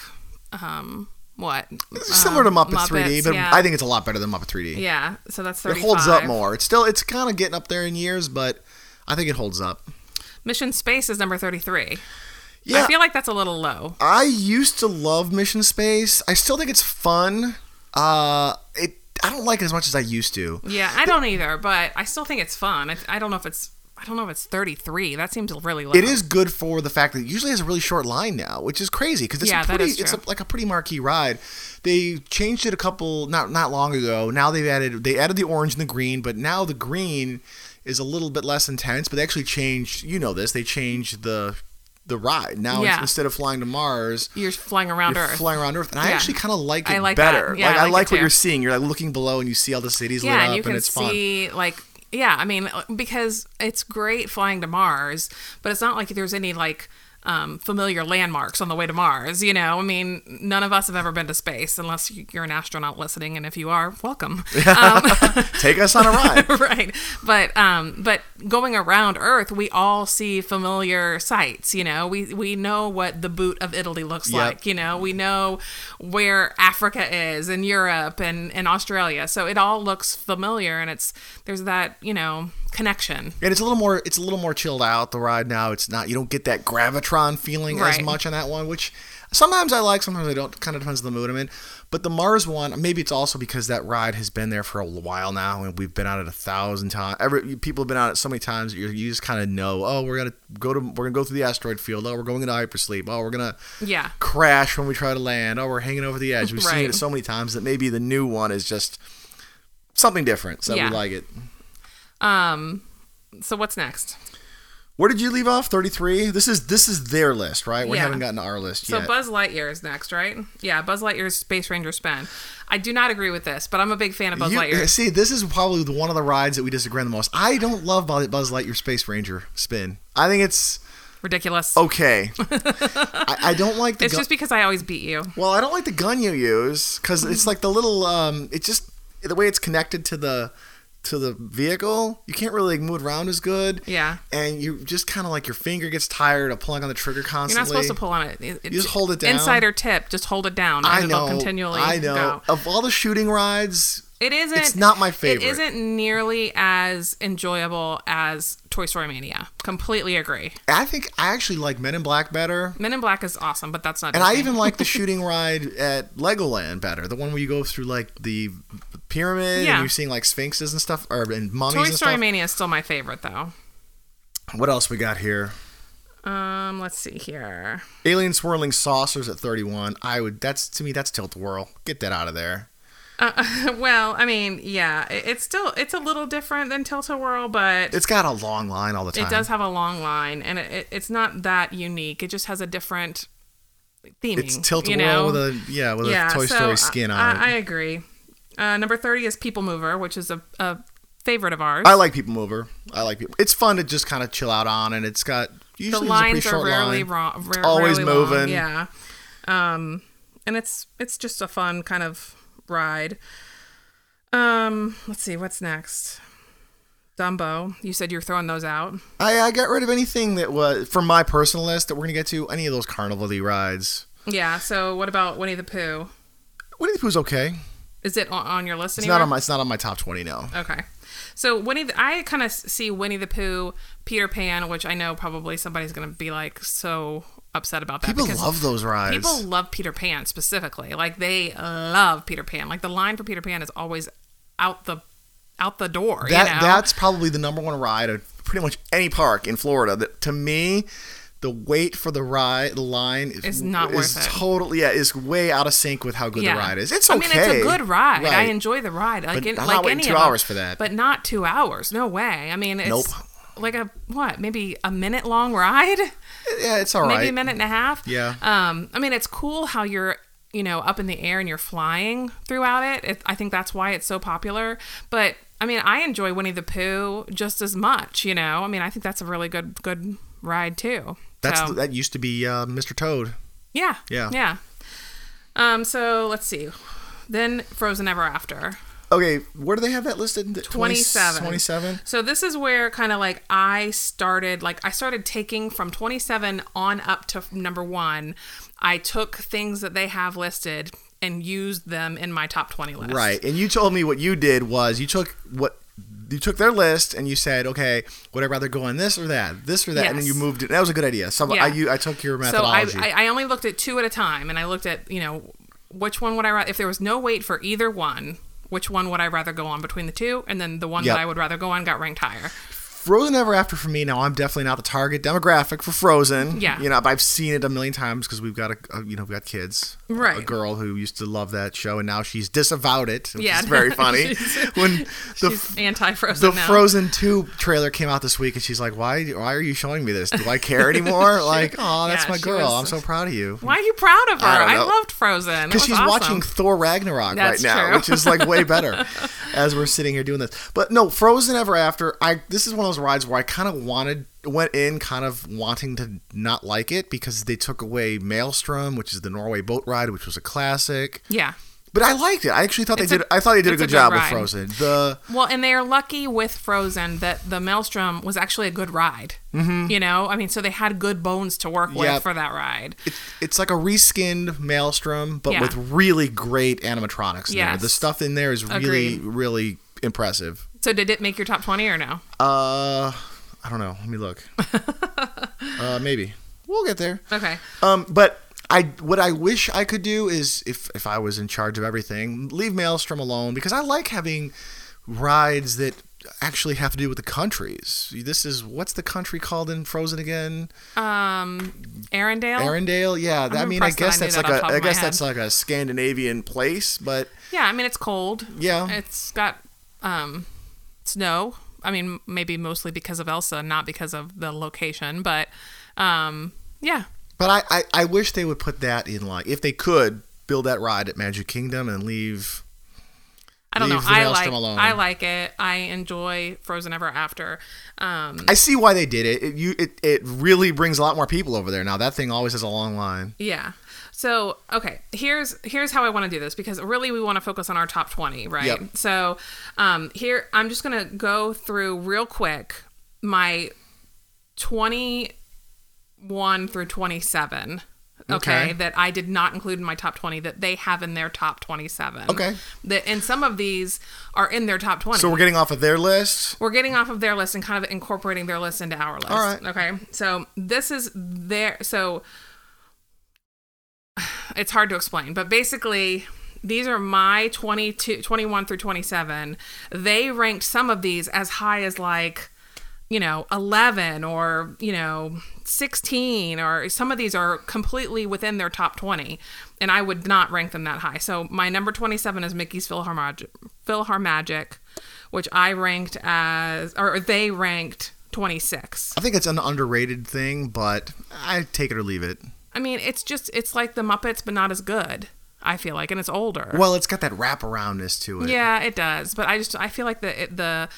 S2: um, what?
S1: Similar to
S2: Um,
S1: Muppet 3D, but
S2: yeah.
S1: I think it's a lot better than Muppet 3D.
S2: yeah. So that's
S1: It
S2: thirty.
S1: holds up more. It's still it's kind of getting up there in years, but I think it holds up.
S2: Mission Space is number thirty three.
S1: Yeah,
S2: I feel like that's a little low.
S1: I used to love Mission Space. I still think it's fun. Uh, it I don't like it as much as I used to.
S2: Yeah, I don't either, but I still think it's fun. I, I don't know if it's I don't know if it's 33. That seems really low.
S1: It is good for the fact that it usually has a really short line now, which is crazy because it's
S2: Yeah,
S1: a
S2: that
S1: pretty,
S2: is
S1: it's a,
S2: true.
S1: like a pretty marquee ride. They changed it a couple not not long ago. Now they've added they added the orange and the green, but now the green is a little bit less intense. But they actually changed. You know this. They changed the the ride now it's-
S2: Yeah.
S1: instead of flying to Mars.
S2: You're flying around
S1: You're
S2: Earth.
S1: flying around Earth, and I
S2: Yeah.
S1: actually kind of like it
S2: I like that.
S1: better.
S2: Yeah,
S1: like
S2: I
S1: I
S2: like it
S1: like what
S2: too.
S1: you're seeing. You're like looking below, and you see all the cities lit
S2: yeah,
S1: up,
S2: and you can
S1: it's fun.
S2: see like yeah, I mean uh, because it's great flying to Mars, but it's not like there's any like um, familiar landmarks on the way to Mars. You know, I mean, none of us have ever been to space unless you're an astronaut listening, and if you are, welcome. Um,
S1: Take us on a ride.
S2: right but um but going around earth we all see familiar sights you know we we know what the boot of italy looks
S1: Yep.
S2: like you know we know where africa is and europe and and australia so it all looks familiar and it's there's that you know connection
S1: And it's a little more it's a little more chilled out the ride now. It's not you don't get that gravitron feeling as
S2: Right.
S1: much on that one, which sometimes I like, sometimes I don't. Kind of depends on the mood I'm in. But the Mars one, maybe it's also because that ride has been there for a while now, and we've been on it a thousand times. Every people have been on it so many times. You you just kind of know. Oh, we're gonna go to we're gonna go through the asteroid field. Oh, we're going into hypersleep. Oh, we're gonna
S2: yeah
S1: crash when we try to land. Oh, we're hanging over the edge. We've seen
S2: Right.
S1: it so many times that maybe the new one is just something different. So
S2: Yeah.
S1: we like it.
S2: um so what's next
S1: Where did you leave off? Thirty three. This is this is their list, right? We
S2: Yeah.
S1: haven't gotten to our list
S2: So
S1: yet.
S2: Buzz Lightyear is next, right? Yeah, Buzz Lightyear's Space Ranger spin. I do not agree with this, but I'm a big fan of Buzz
S1: You-
S2: Lightyear.
S1: see, this is probably the- one of the rides that we disagree on the most. I don't love Bu- Buzz Lightyear Space Ranger spin. I think it's
S2: Ridiculous.
S1: Oh, okay. I, I don't like the
S2: it's
S1: gun.
S2: just because I always beat you.
S1: well, I don't like the gun you use because it's like the little. Um, it just the way it's connected to the to the vehicle. You can't really move around as good.
S2: Yeah.
S1: And you just kind of like your finger gets tired of pulling on the trigger
S2: You're not
S1: constantly.
S2: supposed to pull on it. It-
S1: just hold it down.
S2: Insider tip: just hold it down.
S1: I
S2: and
S1: know.
S2: It'll continually.
S1: I know.
S2: go.
S1: Of all the shooting rides,
S2: It isn't.
S1: It's not my favorite.
S2: It isn't nearly as enjoyable as Toy Story Mania. Completely agree.
S1: I think I actually like Men in Black better.
S2: Men in Black is awesome, but that's not.
S1: And I
S2: Disney.
S1: even like the shooting ride at Legoland better. The one where you go through like the pyramid and
S2: Yeah.
S1: you're seeing like sphinxes and stuff or and mummies
S2: Toy
S1: and
S2: Story
S1: stuff.
S2: Mania is still my favorite, though.
S1: What else we got here?
S2: Um, let's see here.
S1: Alien swirling saucers at 31. I would that's to me that's tilt whirl. Get that out of there.
S2: well, I mean, yeah, it- it's still it's a little different than Tilt-A-Whirl, but
S1: It's got a long line all the time.
S2: It does have a long line, and it, it, it's not that unique. It just has a different theming.
S1: It's tilt
S2: you
S1: whirl
S2: know?
S1: with a yeah with a Toy
S2: so
S1: Story skin
S2: I,
S1: on
S2: I
S1: it.
S2: agree. Uh, number thirty is People Mover, which is a, a favorite of ours.
S1: I, like People Mover. I like people. It's fun to just kind of chill out on, and it's got
S2: the
S1: usually it's a pretty
S2: lines are
S1: short
S2: rarely
S1: line.
S2: wrong. Rare,
S1: always
S2: rarely long,
S1: moving.
S2: Yeah, um, and it's it's just a fun kind of ride. Um, let's see what's next. Dumbo, you said you're throwing those out.
S1: I, I got rid of anything that was from my personal list that we're gonna get to. Any of those carnival-y rides.
S2: Yeah. So what about Winnie the Pooh?
S1: Winnie the Pooh's okay.
S2: Is it on, on your list
S1: It's
S2: anywhere?
S1: not on my. It's not on my top twenty now.
S2: Okay. So Winnie, the, I kind of see Winnie the Pooh, Peter Pan, which I know probably somebody's gonna be like so upset about that.
S1: People
S2: because
S1: love those rides.
S2: people love Peter Pan specifically. Like they love Peter Pan. Like the line for Peter Pan is always out the out the door.
S1: that
S2: you know?
S1: that's probably the number one ride at pretty much any park in Florida. That to me. The wait for the ride, the line is,
S2: It's not
S1: is
S2: worth it.
S1: Totally, yeah, is way out of sync with how good the ride is. It's okay.
S2: I mean, it's a good ride. I
S1: Right.
S2: enjoy the ride. Like,
S1: But
S2: in,
S1: I'm
S2: like
S1: not waiting
S2: any
S1: two
S2: of them.
S1: hours for that.
S2: But not two hours. No way. I mean, it's
S1: Nope.
S2: like a what? Maybe a minute long ride.
S1: yeah, it's all right.
S2: maybe a minute and a half.
S1: Yeah.
S2: Um, I mean, it's cool how you're, you know, up in the air and you're flying throughout it. it I think that's why it's so popular. But I mean, I enjoy Winnie the Pooh just as much. You know, I mean, I think that's a really good good ride too.
S1: That's
S2: So,
S1: that used to be uh, Mr. Toad.
S2: yeah,
S1: Yeah.
S2: yeah. Um, so let's see. Then Frozen Ever After.
S1: Okay, where do they have that listed?
S2: 27.
S1: 27?
S2: So this is where kind of like I started, like I started taking from 27 on up to number one. I took things that they have listed and used them in my top 20 list.
S1: Right. And you told me what you did was you took what you took their list and you said, okay, would I rather go on this or that, this or that, and then you
S2: Yes.
S1: moved it. That was a good idea. So
S2: Yeah.
S1: I, you, I took your
S2: So I,
S1: methodology.
S2: I, I only looked at two at a time, and I looked at you know which one would I rather if there was no wait for either one. which one would I rather go on between the two, and then the one
S1: Yep.
S2: that I would rather go on got ranked higher.
S1: Frozen Ever After for me now. I'm definitely not the target demographic for Frozen.
S2: Yeah.
S1: you know, but I've seen it a million times because we've got a, a- you know we've got kids. A- A
S2: Right.
S1: girl who used to love that show and now she's disavowed it, which
S2: Yeah.
S1: is very funny. when the
S2: She's anti-Frozen
S1: the
S2: now.
S1: Frozen Two trailer came out this week and she's like, why why are you showing me this? Do I care anymore? like, oh, that's
S2: yeah,
S1: my
S2: she
S1: girl.
S2: was-
S1: I'm so proud of you.
S2: Why are you proud of her?
S1: I don't
S2: I,
S1: know.
S2: loved Frozen. It
S1: because
S2: was
S1: she's
S2: awesome.
S1: watching Thor Ragnarok
S2: That's
S1: right now,
S2: true.
S1: which is like way better as we're sitting here doing this. But no, Frozen Ever After. I this is one of those rides where I kind of wanted went in kind of wanting to not like it because they took away Maelstrom, which is the Norway boat ride, which was a classic.
S2: Yeah.
S1: But I liked it. I actually thought
S2: It's
S1: they
S2: a-
S1: did. I thought they did a
S2: it's a
S1: good
S2: good
S1: job with
S2: ride.
S1: Frozen. The
S2: Well, and they are lucky with Frozen that the Maelstrom was actually a good ride. Mm-hmm. You know, I mean, so they had good bones to work
S1: Yep.
S2: with for that ride.
S1: it's, it's like a reskinned Maelstrom, but
S2: Yeah.
S1: with really great animatronics. in there.
S2: Yes.
S1: the stuff in there is really,
S2: Agreed.
S1: really impressive.
S2: So did it make your top twenty or no?
S1: Uh, I don't know. Let me look. uh, maybe we'll get there.
S2: Okay.
S1: Um, but I what I wish I could do is if if I was in charge of everything, leave Maelstrom alone because I like having rides that actually have to do with the countries. This is what's the country called in Frozen again?
S2: Um, Arendelle.
S1: Arendelle. Yeah, that- I mean, I
S2: impressed that
S1: guess that's
S2: I knew that
S1: like
S2: off
S1: a
S2: the top
S1: I
S2: of my
S1: guess
S2: head.
S1: that's like a Scandinavian place, but
S2: yeah, I mean, it's cold.
S1: Yeah.
S2: It's got um, snow. I mean, maybe mostly because of Elsa, not because of the location, but um, yeah.
S1: But I, I, I wish they would put that in like if they could build that ride at Magic Kingdom and leave.
S2: I don't
S1: Leave the
S2: know. I like
S1: Maelstrom alone.
S2: I like it. I enjoy Frozen Ever After. Um,
S1: I see why they did it. It you it, it really brings a lot more people over there now. That thing always has a long line.
S2: yeah. So okay, here's here's how I want to do this because really we want to focus on our top twenty, right?
S1: Yep.
S2: So um, here I'm just gonna go through real quick my twenty one through twenty seven. Okay,
S1: Okay.
S2: that I did not include in my top twenty that they have in their top twenty seven.
S1: Okay.
S2: that and some of these are in their top twenty.
S1: So we're getting off of their list.
S2: we're getting off of their list and kind of incorporating their list into our list.
S1: All right.
S2: Okay. So this is their so it's hard to explain, but basically these are my 22 21 through 27. They ranked some of these as high as like you know 11 or you know 16 or some of these are completely within their top 20 and i would not rank them that high so my number 27 is mickey's philharmagic philharmagic which i ranked as or they ranked 26
S1: I think it's an underrated thing, but I take it or leave it.
S2: i mean it's just it's like the muppets but not as good i feel like and it's older
S1: Well, it's got that wraparoundness to it.
S2: Yeah, it does. But I just I feel like the it, the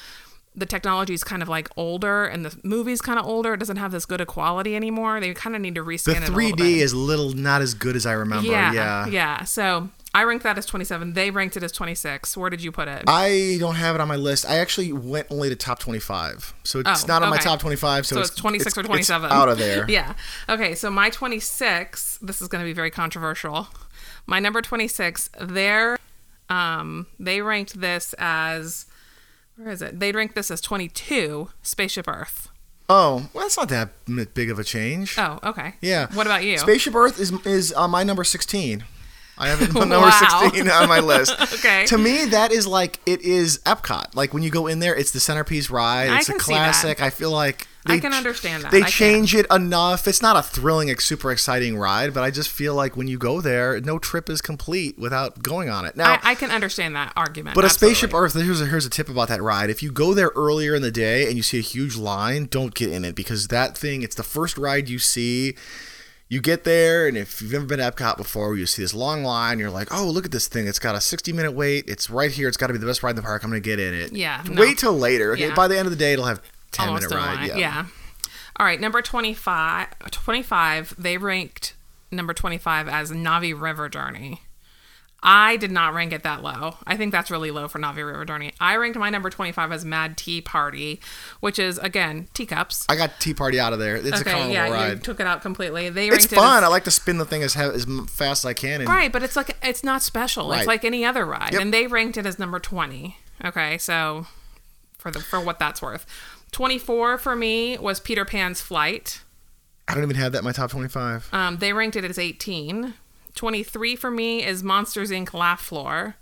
S2: the technology is kind of like older, and the movie's kind of older. It doesn't have this good a quality anymore. They kind of need to
S1: The
S2: rescan it. a little
S1: 3D
S2: bit.
S1: is little not as good as I remember.
S2: yeah,
S1: Yeah.
S2: yeah, So I ranked that as twenty seven. They ranked it as twenty six. Where did you put it?
S1: I don't have it on my list. I actually went only to top 25. So it's
S2: Oh,
S1: not on my
S2: okay.
S1: top 25. So,
S2: so it's 26 or
S1: it's
S2: 27
S1: out of there.
S2: yeah okay so my 26 this is going to be very controversial my number 26 their um they ranked this as where is it they ranked this as 22 spaceship earth
S1: Oh, well, that's not that m- big of a change.
S2: Oh, okay.
S1: Yeah.
S2: What about you?
S1: Spaceship Earth is is uh, my number sixteen. I have it on number
S2: Wow.
S1: sixteen on my list.
S2: Okay.
S1: To me, that is like it is Epcot. Like when you go in there, it's the centerpiece ride.
S2: I
S1: It's a
S2: can see that.
S1: classic. I feel like
S2: I
S1: they
S2: can
S1: ch-
S2: understand that.
S1: They
S2: I can.
S1: change it enough. It's not a thrilling, ex- super exciting ride, but I just feel like when you go there, no trip is complete without going on it. Now,
S2: I, I can understand that argument.
S1: but
S2: absolutely.
S1: a spaceship Earth. Here's a, here's a tip about that ride. If you go there earlier in the day and you see a huge line, don't get in it because that thing. It's the first ride you see. You get there, and if you've ever been to Epcot before, you see this long line. You're like, "Oh, look at this thing! It's got a 60 minute wait. It's right here. It's got to be the best ride in the park. I'm gonna get in it."
S2: Yeah, no.
S1: Wait till later. Okay,
S2: Yeah.
S1: By the end of the day, it'll have 10
S2: Almost
S1: minute
S2: a
S1: ride.
S2: line. Yeah. All right, number 25, 25, they ranked number 25 as Navi River Journey. I did not rank it that low. I think that's really low for Navi River Journey. I ranked my number 25 as Mad Tea Party, which is, again, teacups.
S1: I got Tea Party out of there. It's a
S2: Okay,
S1: common
S2: yeah, you
S1: ride.
S2: took it out completely. They
S1: It's
S2: ranked it
S1: fun.
S2: as-
S1: I like to spin the thing as he- as m- fast as I can. And
S2: Right, but it's like it's not special.
S1: Right.
S2: It's like any other ride,
S1: Yep.
S2: and they ranked it as number twenty. Okay, so for the for what that's worth, twenty four for me was Peter Pan's Flight.
S1: I don't even have that in my top 25.
S2: Um, they ranked it as eighteen. Twenty three for me is Monsters Inc. Laugh Floor.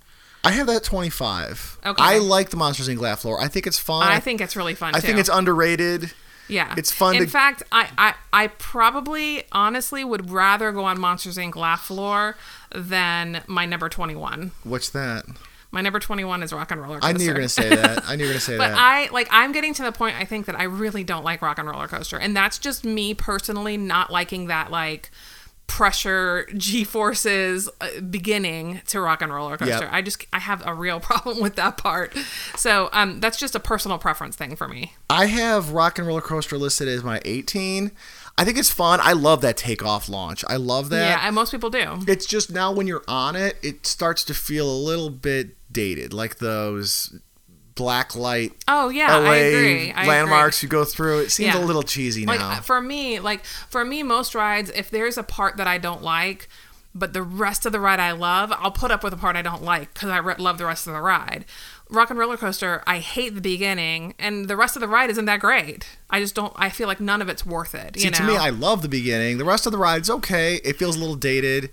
S1: I have that 25.
S2: Okay.
S1: I like the Monsters Inc. laugh lore. I think it's fun.
S2: I think it's really fun.
S1: Uh, I
S2: too.
S1: think it's underrated.
S2: Yeah.
S1: It's fun
S2: In
S1: to-
S2: fact, I, I, I probably honestly would rather go on Monsters Inc. Laugh Floor than my number 21.
S1: What's that?
S2: My number 21 is Rock and Roller Coaster.
S1: I knew you were going to say that. I knew you were going to say
S2: But
S1: that.
S2: I like I'm getting to the point I think that I really don't like Rock and Roller Coaster and that's just me personally not liking that like pressure G forces uh, beginning to Rock and Roller Coaster. I just I have a real problem with that part. So, um that's just a personal preference thing for me.
S1: I have Rock and Roller Coaster listed as my 18. I think it's fun. I love that takeoff launch. I love
S2: Yeah,
S1: that.
S2: and most people do.
S1: It's just now when you're on it, it starts to feel a little bit dated, like those black light
S2: Oh yeah,
S1: LA
S2: I agree. I
S1: landmarks
S2: agree.
S1: you go through. It seems a
S2: Yeah.
S1: little cheesy
S2: Like
S1: now.
S2: for me, like for me, most rides, if there's a part that I don't like, but the rest of the ride I love, I'll put up with the part I don't like because I re- love the rest of the ride. Rock and Roller Coaster, I hate the beginning, and the rest of the ride isn't that great. I just don't. I feel like none of it's worth it. You
S1: See,
S2: know.
S1: to me, I love the beginning. The rest of the ride's okay. It feels a little dated,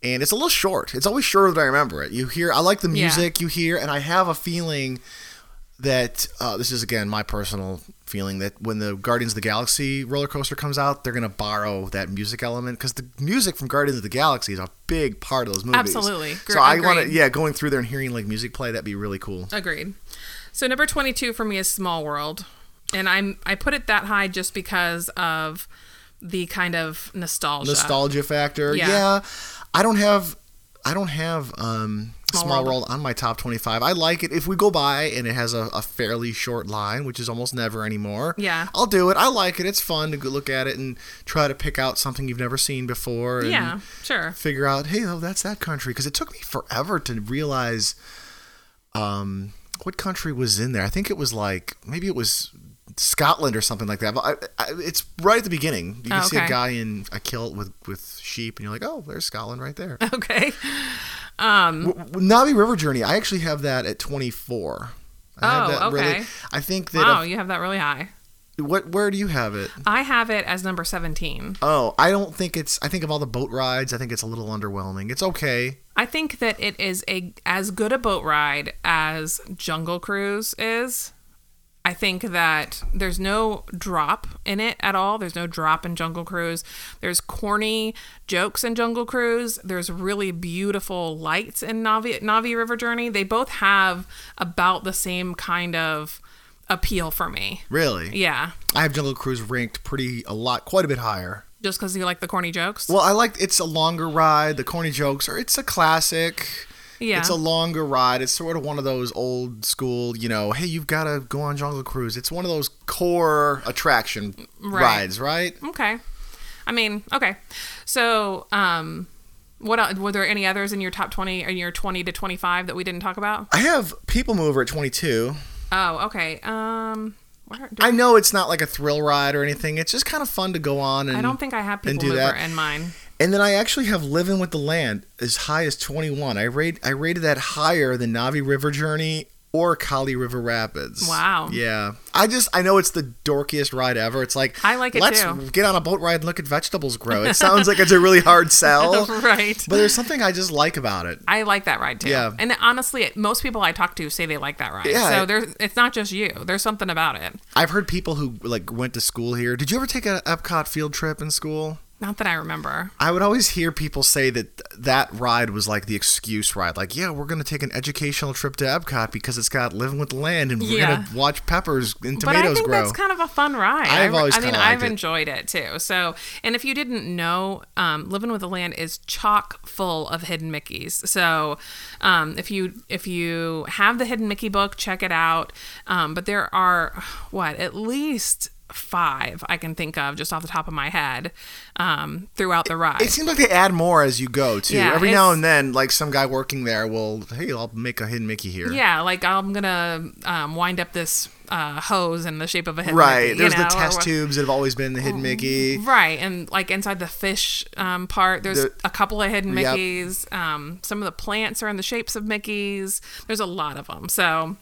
S1: and it's a little short. It's always shorter than I remember it. You hear, I like the
S2: Yeah.
S1: music you hear, and I have a feeling that uh, this is again my personal feeling that when the Guardians of the Galaxy roller coaster comes out, they're gonna borrow that music element because the music from Guardians of the Galaxy is a big part of those movies.
S2: Absolutely. Gr-
S1: So I want to,
S2: agreed.
S1: yeah, going through there and hearing like music play, that'd be really cool.
S2: Agreed. So number 22 for me is Small World. And I'm I put it that high just because of the kind of nostalgia.
S1: nostalgia factor. Yeah.
S2: Yeah.
S1: I don't have I don't have um Small,
S2: Small
S1: World.
S2: World.
S1: on my top 25. I like it if we go by and it has a, a fairly short line, which is almost never anymore.
S2: Yeah.
S1: I'll do it. I like it. It's fun to go look at it and try to pick out something you've never seen before and
S2: yeah, sure.
S1: figure out, hey, oh, that's that country because it took me forever to realize um what country was in there. I think it was like maybe it was Scotland or something like that. But I, I, it's right at the beginning. You can
S2: Oh,
S1: see a
S2: okay.
S1: guy in a kilt with with sheep, and you're like, oh, there's Scotland right there.
S2: Okay. Um,
S1: W- w- Navi River Journey. I actually have that at 24. I have
S2: Oh,
S1: that really-
S2: okay.
S1: I think that
S2: Wow,
S1: if-
S2: you have that really high.
S1: what where do you have it?
S2: I have it as number 17.
S1: Oh, I don't think it's. I think of all the boat rides. I think it's a little underwhelming. It's okay.
S2: I think that it is a as good a boat ride as Jungle Cruise is. I think that there's no drop in it at all. There's no drop in Jungle Cruise. There's corny jokes in Jungle Cruise. There's really beautiful lights in Navi Navi River Journey. They both have about the same kind of appeal for me.
S1: Really.
S2: Yeah.
S1: I have Jungle Cruise ranked pretty a lot, quite a bit higher.
S2: Just cuz you like the corny jokes.
S1: Well, I like it's a longer ride. The corny jokes are it's a classic.
S2: yeah.
S1: It's a longer ride. It's sort of one of those old school, you know, hey, you've got to go on Jungle Cruise. It's one of those core attraction
S2: Right.
S1: rides, right?
S2: Okay. I mean, okay. So, um, what el were there any others in your top 20 or your 20 to 25 that we didn't talk about?
S1: I have People Mover at 22.
S2: Oh, okay. Um, where, do, I,
S1: I know it's not like a thrill ride or anything. It's just kind of fun to go on and
S2: don't think I have
S1: and
S2: people
S1: do
S2: mover
S1: that.
S2: in mine.
S1: And then I actually have Living with the Land as high as 21. I rate I rated that higher than Navi River Journey or Kali River Rapids.
S2: Wow.
S1: Yeah. I just I know it's the dorkiest ride ever. It's like
S2: I like it
S1: Let's
S2: too."
S1: get on a boat ride and look at vegetables grow. It sounds like it's a really hard sell,
S2: right.
S1: but there's something I just like about it.
S2: I like that ride too.
S1: Yeah.
S2: And honestly, most people I talk to say they like that ride.
S1: Yeah.
S2: So there's, it's not just you. There's something about it.
S1: I've heard people who like went to school here. Did you ever take an Epcot field trip in school?
S2: Not that I remember.
S1: I would always hear people say that th- that ride was like the excuse ride. Like, yeah, we're going to take an educational trip to Epcot because it's got Living with the Land and we're
S2: Yeah.
S1: going to watch peppers and
S2: But I
S1: tomatoes
S2: think
S1: grow.
S2: that's kind of a fun ride.
S1: I've
S2: I,
S1: always
S2: I mean,
S1: kinda
S2: I've
S1: liked it.
S2: enjoyed it too. So, and if you didn't know, um, Living with the Land is chock full of hidden Mickeys. So, um, if you if you have the Hidden Mickey book, check it out. Um, but there are what at least five I can think of just off the top of my head um, throughout the ride.
S1: it seems like they add more as you go, too.
S2: Yeah,
S1: Every now
S2: it's-
S1: and then, like some guy working there will, hey, I'll make a hidden Mickey here.
S2: yeah, like I'm gonna um, wind up this uh, hose in the shape of a hidden Mickey,
S1: Right.
S2: you
S1: There's
S2: know,
S1: the
S2: or
S1: test
S2: what- Oh.
S1: tubes that have always been the hidden Mickey.
S2: Right, and like inside the fish um, part, there's
S1: The-
S2: a couple of hidden
S1: Yep.
S2: Mickey's. Um, some of the plants are in the shapes of Mickey's. There's a lot of them. So,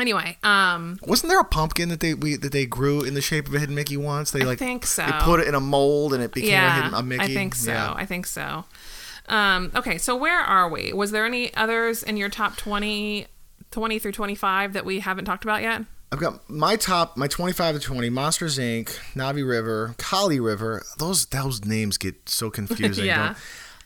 S2: anyway, um,
S1: Wasn't there a pumpkin that they we, that they grew in the shape of a hidden Mickey once? They like
S2: think
S1: They
S2: so.
S1: put it in a mold and it became a
S2: yeah,
S1: hidden a Mickey.
S2: I think so.
S1: Yeah.
S2: I think so. Um, okay, so where are we? Was there any others in your top 20, 20 through 25 that we haven't talked about yet?
S1: I've got my top, my 25 to 20, Monsters Inc., Navi River, Kali River. Those those names get so confusing.
S2: Yeah.
S1: don't-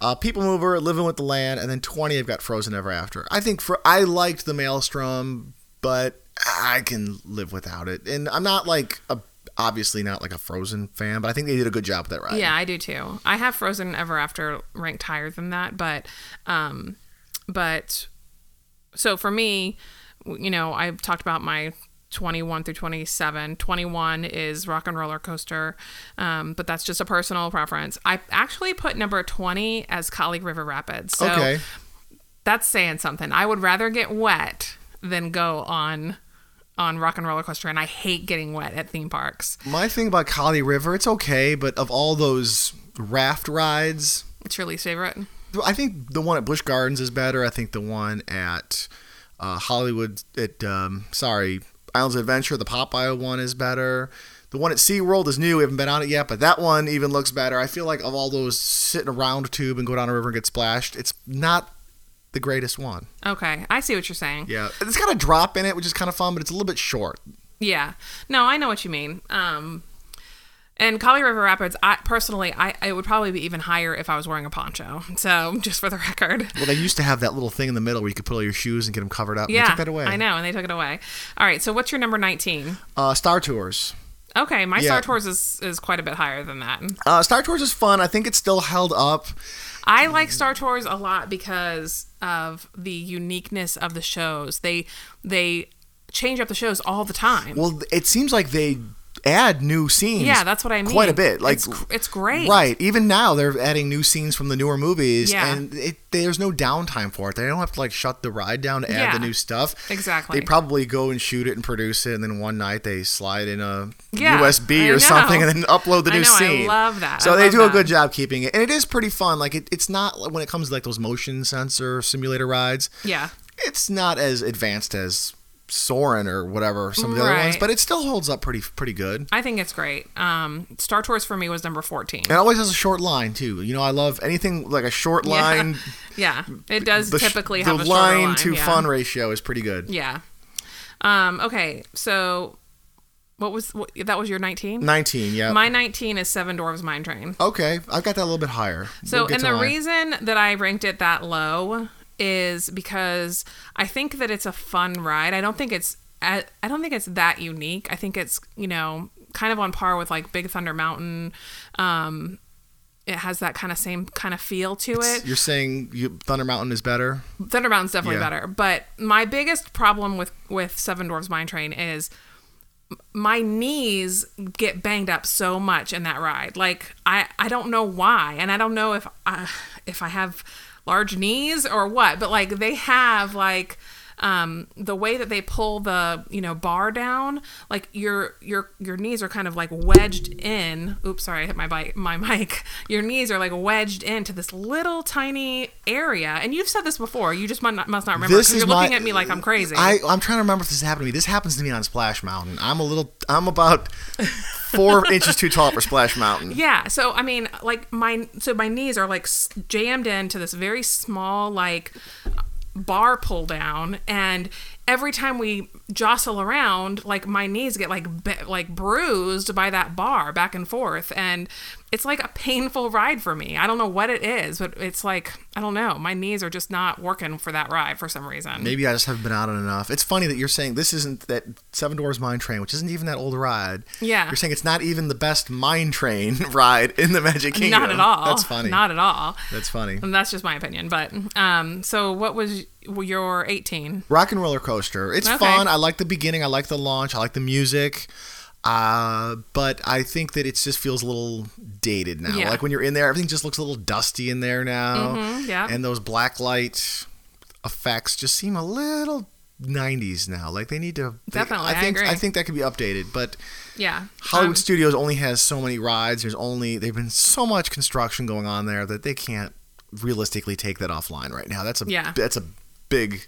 S1: Uh, People Mover, Living with the Land, and then 20, I've got Frozen Ever After. I think for I liked the Maelstrom, but I can live without it. And I'm not like a obviously not like a Frozen fan, but I think they did a good job with that ride.
S2: Yeah, I do too. I have Frozen Ever After ranked higher than that, but, um, but so for me, w- you know, I've talked about my 21 through 27. 21 is Rock and Roller Coaster, um, but that's just a personal preference. I actually put number 20 as Colleague River Rapids. So
S1: Okay.
S2: that's saying something. I would rather get wet than go on on Rock and Roller Coaster, and I hate getting wet at theme parks.
S1: My thing about Kali River, it's okay, but of all those raft rides,
S2: It's your least favorite.
S1: I think the one at Busch Gardens is better. I think the one at uh, Hollywood at um, sorry Islands of Adventure, the Popeye one is better. The one at SeaWorld is new. We haven't been on it yet, but that one even looks better. I feel like of all those sitting around a tube and go down a river and get splashed, it's not the greatest one.
S2: Okay, I see what you're saying.
S1: Yeah. It's got a drop in it, which is kind of fun, but it's a little bit short.
S2: Yeah. No, I know what you mean. Um and Kali River Rapids, I personally I it would probably be even higher if I was wearing a poncho. So, just for the record.
S1: Well, they used to have that little thing in the middle where you could put all your shoes and get them covered up. and
S2: Yeah.
S1: they took that away.
S2: I know, and they took it away. All right, so what's your number 19?
S1: Uh, Star Tours.
S2: Okay, my
S1: Yeah.
S2: Star Tours is is quite a bit higher than that.
S1: Uh, Star Tours is fun. I think it's still held up.
S2: I like Star Tours a lot because of the uniqueness of the shows. They they change up the shows all the time.
S1: Well, it seems like they add new scenes.
S2: yeah, that's what I mean.
S1: Quite a bit, like
S2: it's, it's great.
S1: right. Even now, they're adding new scenes from the newer movies,
S2: Yeah.
S1: and it, there's no downtime for it. They don't have to like shut the ride down to add
S2: Yeah.
S1: the new stuff.
S2: Exactly.
S1: They probably go and shoot it and produce it, and then one night they slide in a
S2: Yeah,
S1: USB
S2: I
S1: or something,
S2: know.
S1: and then upload the
S2: I
S1: new
S2: know, I
S1: scene.
S2: love that.
S1: So
S2: I
S1: they
S2: love
S1: do a
S2: that.
S1: good job keeping it, and it is pretty fun. Like it, it's not like, when it comes to like those motion sensor simulator rides
S2: Yeah.
S1: it's not as advanced as Soren or whatever some of the other ones,
S2: Right.
S1: but it still holds up pretty pretty good.
S2: I think it's great. Um, Star Tours for me was number 14.
S1: It always has a short line too. You know, I love anything like a short line.
S2: Yeah, it does
S1: The sh-
S2: typically
S1: the
S2: have a shorter
S1: line,
S2: line
S1: to
S2: yeah.
S1: fun ratio is pretty good.
S2: Yeah. Um, okay, so what was what, that? Was your nineteen?
S1: Nineteen, yeah.
S2: My nineteen is Seven Dwarves Mine Train.
S1: okay, I've got that a little bit higher.
S2: So,
S1: We'll get
S2: and
S1: to
S2: the
S1: mine.
S2: reason that I ranked it that low is because I think that it's a fun ride. I don't think it's I I don't think it's that unique. I think it's you know kind of on par with like Big Thunder Mountain. Um, it has that kind of same kind of feel to it.
S1: you're saying you, Thunder Mountain is better.
S2: Thunder Mountain's definitely
S1: Yeah.
S2: better, but my biggest problem with with Seven Dwarfs Mine Train is m- my knees get banged up so much in that ride. Like I I don't know why, and I don't know if I if I have large knees or what, but like they have like um the way that they pull the you know bar down like your your your knees are kind of like wedged in oops sorry i hit my bike my mic your knees are like wedged into this little tiny area and you've said this before you just mu- not- must not remember
S1: This
S2: 'cause
S1: is
S2: you're
S1: my-
S2: looking at me like i'm crazy
S1: I, I'm trying to remember if this happened to me. This happens to me on Splash Mountain. I'm a little, I'm about four inches too tall for Splash Mountain.
S2: Yeah. So I mean, like my so my knees are like s- jammed into this very small like bar pull down, and every time we jostle around, like my knees get like be- like bruised by that bar back and forth, and it's like a painful ride for me. I don't know what it is, but it's like I don't know. My knees are just not working for that ride for some reason.
S1: Maybe I just haven't been out on it enough. It's funny that you're saying this isn't that Seven Dwarfs Mine Train, which isn't even that old ride.
S2: Yeah.
S1: You're saying it's not even the best mine train ride in the Magic Kingdom.
S2: Not at all.
S1: That's funny.
S2: Not at all.
S1: That's funny.
S2: And that's just my opinion. But um, so what was y- your 18?
S1: Rock and Roller Coaster. It's
S2: Mm-hmm. Okay.
S1: fun. I like the beginning. I like the launch. I like the music. Uh, but I think that it just feels a little dated now.
S2: Yeah.
S1: Like when you're in there, everything just looks a little dusty in there now.
S2: Mhm, yeah.
S1: And those black light effects just seem a little 90s now. Like they need to. they-
S2: Definitely, I
S1: think
S2: agree.
S1: I think that could be updated, but
S2: Yeah.
S1: Hollywood
S2: Um,
S1: Studios only has so many rides. There's only there've been so much construction going on there that they can't realistically take that offline right now. That's a
S2: Yeah.
S1: that's a big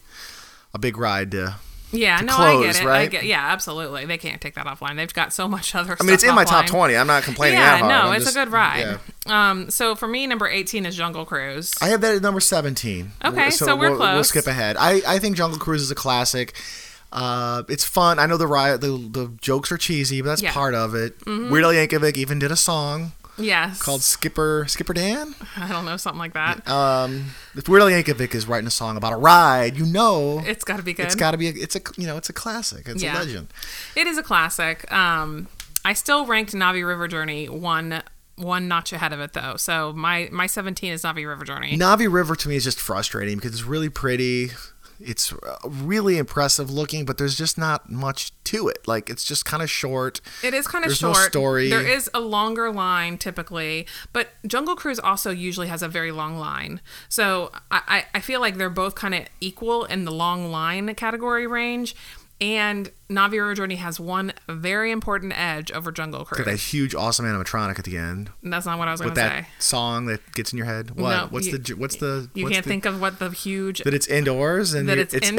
S1: a big ride to
S2: Yeah, no, I
S1: close,
S2: get it. I
S1: right?
S2: get, yeah, absolutely. They can't take that offline. They've got so much other.
S1: I mean, it's in my top 20. I'm not complaining that
S2: Yeah,
S1: hard.
S2: no,
S1: I'm
S2: it's
S1: just-
S2: a good ride.
S1: yeah.
S2: Um, so for me, number eighteen is Jungle Cruise.
S1: I have that at number 17.
S2: Okay, so
S1: we'll,
S2: we're
S1: We'll
S2: close.
S1: skip ahead. I, I think Jungle Cruise is a classic. Uh, it's fun. I know the riot, the, the jokes are cheesy, but that's
S2: Yeah. Mm-hmm.
S1: part of it. Weird Al Yankovic even did a song
S2: yes,
S1: called Skipper Skipper Dan.
S2: I don't know something like that.
S1: Um, if Weird Al Yankovic is writing a song about a ride, you know
S2: it's got to be good.
S1: it's got to be a, it's a you know it's a classic. It's a
S2: Yeah.
S1: legend.
S2: It is a classic. Um, I still ranked Navi River Journey one one notch ahead of it though. So my my 17 is Navi River Journey.
S1: Navi River to me is just frustrating because it's really pretty. It's uh, really impressive looking, but there's just not much to it. Like it's just kind of short.
S2: It is kind of
S1: There's no
S2: short.
S1: story.
S2: There is a longer line typically, but Jungle Cruise also usually has a very long line. So I, I I feel like they're both kind of equal in the long line category range. And Navi River Journey has one very important edge over Jungle Cruise.
S1: that huge awesome animatronic at the end.
S2: And That's not what I was going to
S1: That
S2: say.
S1: song that gets in your head. What?
S2: No,
S1: what's
S2: you-
S1: the what's the
S2: You
S1: what's
S2: can't
S1: the,
S2: think of what the huge
S1: that it's indoors and
S2: that
S1: you-
S2: it's, indoors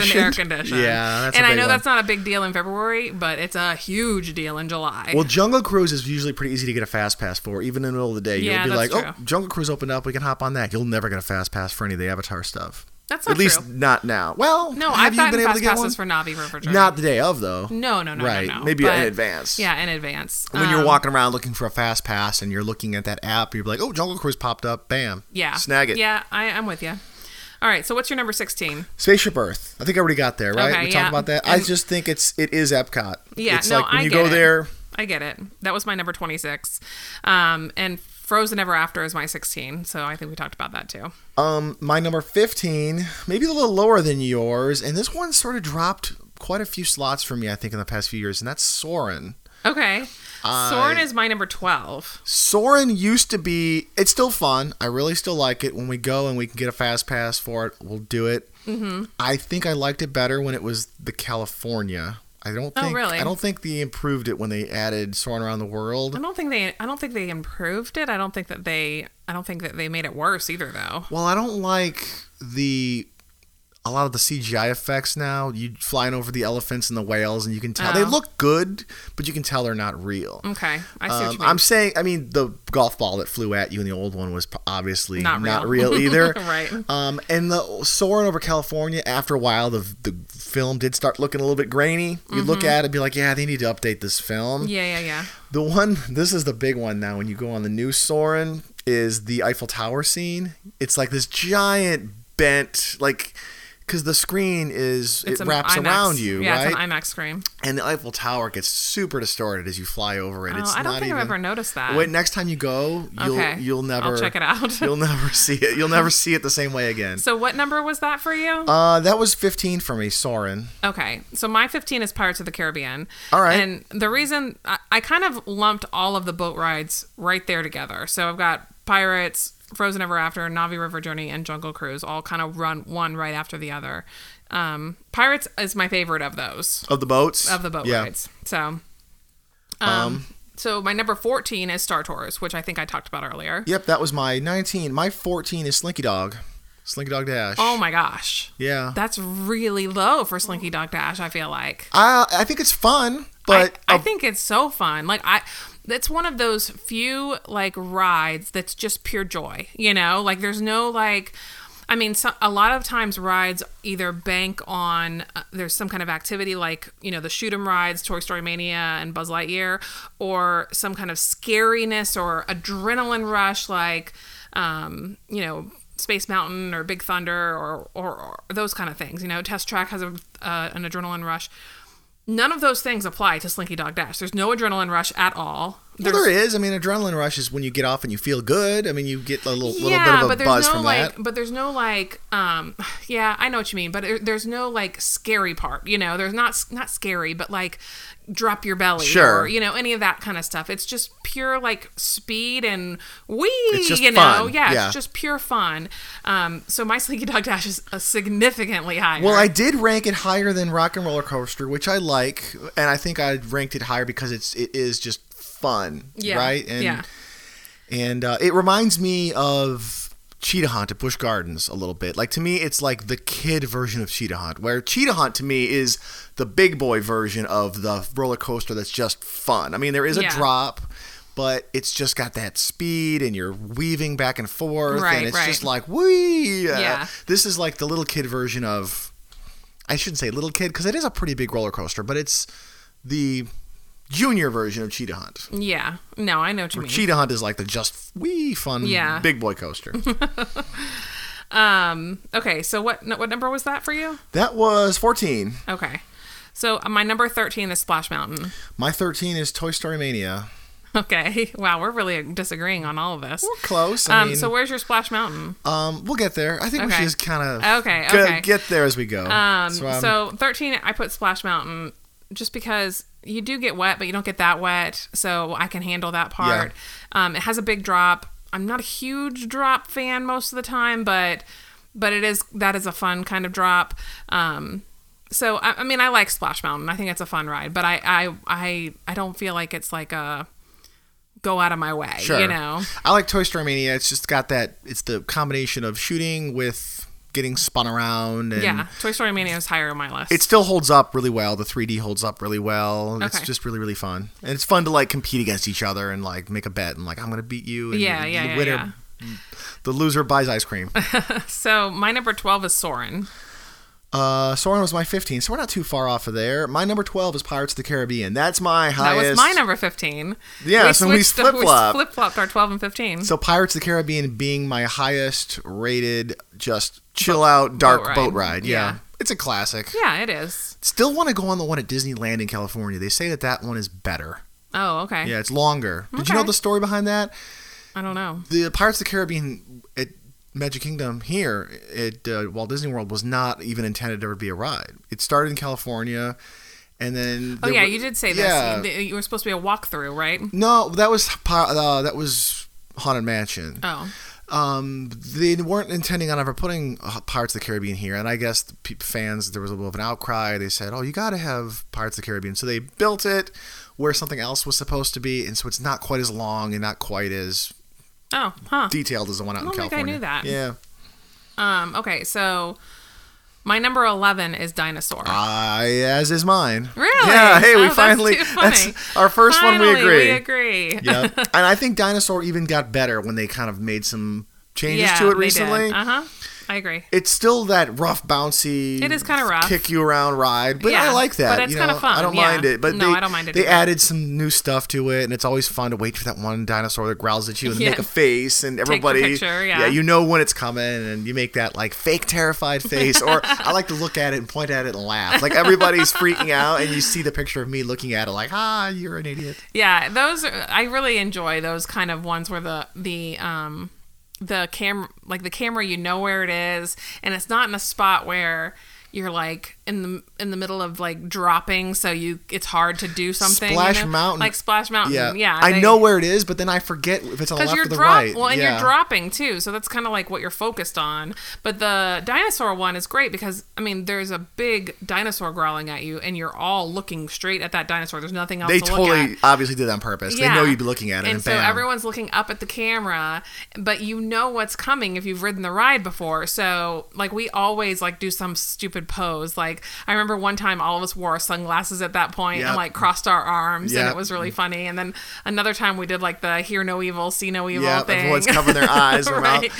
S2: and air conditioned.
S1: Yeah, that's
S2: and
S1: a
S2: I
S1: big
S2: know
S1: one.
S2: that's not a big deal in February, but it's a huge deal in July.
S1: Well, Jungle Cruise is usually pretty easy to get a fast pass for, even in the middle of the day.
S2: Yeah,
S1: You'll be like,
S2: that's
S1: "Oh, Jungle Cruise opened up. We can hop on that." You'll never get a fast pass for any of the Avatar stuff.
S2: That's
S1: at
S2: not
S1: least
S2: true.
S1: not now. Well,
S2: no,
S1: have
S2: I've
S1: you
S2: gotten
S1: been able
S2: fast
S1: to get
S2: passes
S1: one?
S2: for Navi River Journey.
S1: Not the day of though.
S2: no, no, no,
S1: right?
S2: no, no.
S1: Maybe
S2: But-
S1: in advance.
S2: Yeah, in advance.
S1: When you're
S2: Um,
S1: walking around looking for a fast pass and you're looking at that app, you're like, "Oh, Jungle Cruise popped up. Bam.
S2: yeah,
S1: Snag it.
S2: Yeah, I, I'm with you. All right, so what's your number sixteen?
S1: Spaceship Earth. I think I already got there, right?
S2: Okay,
S1: we talked
S2: yeah.
S1: about that. I
S2: And-
S1: just think it's it is Epcot.
S2: Yeah,
S1: it's
S2: no,
S1: like when
S2: I
S1: you
S2: get
S1: go
S2: it.
S1: there,
S2: I get it. That was my number twenty six, um, and Frozen Ever After is my sixteen. So I think we talked about that too.
S1: um, my number fifteen, maybe a little lower than yours, and this one sort of dropped quite a few slots for me, I think, in the past few years, and that's Soren.
S2: Okay, Soren is my number twelve.
S1: Soren used to be. It's still fun. I really still like it. When we go and we can get a fast pass for it, we'll do it. Mm-hmm. I think I liked it better when it was the California. I don't
S2: Oh,
S1: think.
S2: really?
S1: I don't think they improved it when they added Soren around the world.
S2: I don't think they. I don't think they improved it. I don't think that they. I don't think that they made it worse either, though.
S1: Well, I don't like the a lot of the CGI effects now. You flying over the elephants and the whales, and you can tell they
S2: Oh.
S1: look good, but you can tell they're not real.
S2: Okay, I see what
S1: Um,
S2: you mean.
S1: I'm saying, I mean, the golf ball that flew at you in the old one was p- obviously not
S2: Not
S1: real,
S2: real.
S1: either.
S2: Right.
S1: Um, and the soaring over California. After a while, the the film did start looking a little bit grainy. You look
S2: Mm-hmm.
S1: at it, and be like, yeah, they need to update this film.
S2: yeah, yeah, yeah.
S1: The one, this is the big one now. When you go on the new Soren, is the Eiffel Tower scene. It's like this giant bent, like, because the screen is it
S2: an
S1: wraps
S2: IMAX.
S1: around you,
S2: Yeah,
S1: right?
S2: it's an IMAX screen.
S1: and the Eiffel Tower gets super distorted as you fly over it.
S2: Oh,
S1: it's
S2: I don't
S1: not
S2: think
S1: even,
S2: I've ever noticed that.
S1: Wait, next time you go, you'll
S2: Okay.
S1: you'll
S2: I'll
S1: never
S2: check it out.
S1: you'll never see it. You'll never see it the same way again.
S2: So what number was that for you?
S1: Uh, that was 15 for me, Soren.
S2: okay, so my 15 is Pirates of the Caribbean.
S1: All right.
S2: And the reason I, I kind of lumped all of the boat rides right there together. So I've got Pirates, Frozen Ever After, Navi River Journey, and Jungle Cruise all kind of run one right after the other. Um, Pirates is my favorite of those.
S1: Of the boats.
S2: of the boat
S1: yeah. Um,
S2: rides. So, um, so my number fourteen is Star Tours, which I think I talked about earlier.
S1: Yep, that was my 19. My 14 is Slinky Dog. Slinky Dog Dash.
S2: Oh my gosh,
S1: yeah.
S2: that's really low for Slinky Dog Dash. I feel like,
S1: I I think it's fun, but
S2: I, I
S1: uh,
S2: think it's so fun. Like I. It's one of those few like rides that's just pure joy, you know? Like there's no like I mean so, a lot of times rides either bank on uh, there's some kind of activity like, you know, the shoot 'em rides, Toy Story Mania and Buzz Lightyear or some kind of scariness or adrenaline rush like um, you know, Space Mountain or Big Thunder or or, or those kind of things, you know. Test Track has a uh, an adrenaline rush. None of those things apply to Slinky Dog Dash. There's no adrenaline rush at all.
S1: well,
S2: There's,
S1: there is. I mean, adrenaline rush is when you get off and you feel good. I mean, you get a little, little bit
S2: yeah, but
S1: of a
S2: there's
S1: buzz
S2: no
S1: from
S2: like,
S1: that.
S2: but there's no like, um, yeah, I know what you mean, but there, there's no like scary part. You know, there's not not scary, but like drop your belly
S1: Sure.
S2: or you know any of that kind of stuff. It's just pure like speed and wee.
S1: just
S2: you know,
S1: fun.
S2: yeah,
S1: Yeah.
S2: it's just pure fun. Um, so my Slinky Dog Dash is a significantly higher.
S1: Well, I did rank it higher than Rock and Roller Coaster, which I like, and I think I ranked it higher because it's it is just fun,
S2: yeah,
S1: right? And
S2: yeah.
S1: and uh, it reminds me of Cheetah Hunt at Busch Gardens a little bit. Like to me, it's like the kid version of Cheetah Hunt, where Cheetah Hunt to me is the big boy version of the roller coaster that's just fun. I mean, there is a
S2: Yeah.
S1: drop, but it's just got that speed and you're weaving back and forth,
S2: Right,
S1: and it's
S2: right.
S1: just like wee.
S2: Yeah.
S1: This is like the little kid version of. I shouldn't say little kid because it is a pretty big roller coaster, but it's the junior version of Cheetah Hunt.
S2: Yeah. No, I know what you mean.
S1: Cheetah Hunt is like the just wee fun
S2: Yeah.
S1: big boy coaster.
S2: Um. Okay. So what no, what number was that for you?
S1: that was 14.
S2: Okay. So uh, my number thirteen is Splash Mountain.
S1: My 13 is Toy Story Mania.
S2: Okay. Wow, we're really disagreeing on all of this.
S1: We're close. I
S2: Um.
S1: mean,
S2: So where's your Splash Mountain?
S1: um, we'll get there. I think we
S2: Okay.
S1: should just kind of
S2: Okay, okay.
S1: get there as we go.
S2: Um,
S1: So,
S2: so, 13, I put Splash Mountain just because you do get wet, but you don't get that wet. So I can handle that part. Um, it has a big drop. I'm not a huge drop fan most of the time, but but it is that is a fun kind of drop. Um, so I, I mean, I like Splash Mountain. I think it's a fun ride, but I I I, I don't feel like it's like a go out of my way.
S1: sure.
S2: You know.
S1: I like Toy Story Mania. It's just got that, it's the combination of shooting with getting spun around. And
S2: Yeah, Toy Story Mania is higher on my list.
S1: It still holds up really well. The 3D holds up really well. It's
S2: Okay.
S1: just really, really fun. And it's fun to like compete against each other and like make a bet and like, I'm going to beat you. And
S2: Yeah,
S1: the
S2: yeah, yeah,
S1: winner- The loser buys ice cream.
S2: so my number twelve is Soren.
S1: Uh, Soren was my 15, so we're not too far off of there. My number 12 is Pirates of the Caribbean. That's my
S2: That
S1: highest.
S2: was my number 15.
S1: Yeah, so we flip-flopped.
S2: flip flopped our 12 and 15.
S1: So Pirates of the Caribbean being my highest rated, just chill out dark boat
S2: ride.
S1: ride. Yeah.
S2: Yeah.
S1: it's a classic.
S2: yeah, it is.
S1: Still want to go on the one at Disneyland in California. They say that that one is better.
S2: Oh, okay.
S1: Yeah, it's longer. Did you know
S2: Okay.
S1: the story behind that?
S2: I don't know.
S1: The Pirates of the Caribbean at Magic Kingdom here at uh, Walt Disney World was not even intended to ever be a ride. It started in California, and then
S2: Oh,
S1: there
S2: yeah,
S1: were-
S2: you did say this.
S1: Yeah.
S2: You- You were supposed to be a walkthrough, right?
S1: No, that was pa- uh, that was Haunted Mansion.
S2: Oh,
S1: Um, they weren't intending on ever putting uh, Pirates of the Caribbean here, and I guess the pe- fans there was a little bit of an outcry. They said, "Oh, you got to have Pirates of the Caribbean," so they built it where something else was supposed to be, and so it's not quite as long and not quite as
S2: oh, huh.
S1: detailed as the one out in
S2: I don't think I
S1: California.
S2: knew that.
S1: Yeah,
S2: Um, okay, so my number 11 is Dinosaur.
S1: I as is mine. Ah.
S2: Really?
S1: Yeah. Hey,
S2: Oh,
S1: we
S2: that's
S1: finally
S2: too funny.
S1: that's our first
S2: Finally,
S1: one. We agree.
S2: We agree.
S1: yeah, and I think Dinosaur even got better when they kind of made some changes to it recently.
S2: Uh huh. I agree.
S1: it's still that rough, bouncy.
S2: It is kinda rough.
S1: Kick you around ride, but I
S2: Yeah,
S1: like that.
S2: but it's
S1: you
S2: kinda
S1: know?
S2: fun,
S1: I don't
S2: yeah.
S1: mind it. But
S2: No,
S1: they,
S2: I don't mind it
S1: They
S2: either.
S1: added some new stuff to it, and it's always fun to wait for that one dinosaur that growls at you and
S2: Yeah.
S1: make a face, and everybody.
S2: picture, yeah.
S1: you know when it's coming, and you make that like fake terrified face, or I like to look at it and point at it and laugh. Like everybody's freaking out, and you see the picture of me looking at it like, ah, you're an idiot.
S2: Yeah, those are, I really enjoy those kind of ones where the the um the cam like the camera you know where it is and it's not in a spot where you're like in the in the middle of like dropping so you it's hard to do something you
S1: Splash
S2: know?
S1: Mountain.
S2: like splash mountain Um, yeah,
S1: Yeah, I
S2: they-
S1: know where it is, but then I forget if it's on the
S2: because
S1: left
S2: you're
S1: or the
S2: drop
S1: right.
S2: well and
S1: Yeah.
S2: you're dropping too so that's kind of like what you're focused on but the dinosaur one is great because i mean there's a big dinosaur growling at you and you're all looking straight at that dinosaur there's nothing else
S1: They
S2: to look at
S1: totally obviously did that on purpose. They know
S2: Yeah.
S1: you'd be looking at it, and,
S2: and, so
S1: bam.
S2: everyone's looking up at the camera but you know what's coming if you've ridden the ride before so like we always like do some stupid pose like i remember one time all of us wore our sunglasses at that point
S1: Yep.
S2: and like crossed our arms and
S1: Yep.
S2: it was really funny and then another time we did like the hear no evil see no evil
S1: yeah,
S2: thing
S1: everyone's covering their eyes or mouth.
S2: right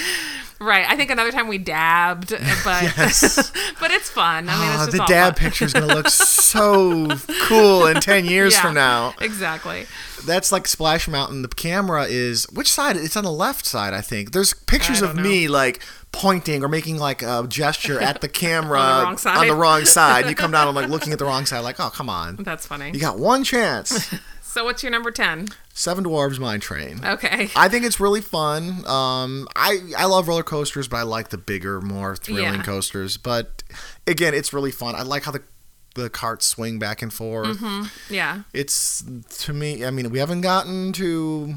S2: right i think another time we dabbed but
S1: Yes.
S2: but it's fun i mean it's
S1: Ah,
S2: just
S1: the
S2: all
S1: dab
S2: fun.
S1: picture is gonna look so cool in ten years
S2: Yeah,
S1: from now.
S2: exactly
S1: That's like Splash Mountain. The camera is which side? It's on the left side, I think. There's pictures
S2: I
S1: of
S2: don't know.
S1: me like pointing or making like a gesture at the camera
S2: On the wrong side.
S1: on the wrong side. You come down and like looking at the wrong side, like, oh come on,
S2: that's funny
S1: you got one chance.
S2: so what's your number 10
S1: Seven Dwarves Mine Train.
S2: okay
S1: I think it's really fun. Um, I I love roller coasters, but I like the bigger, more thrilling
S2: Yeah.
S1: coasters. But again, it's really fun. I like how the the carts swing back and forth.
S2: Mm-hmm. yeah
S1: It's to me. I mean, we haven't gotten to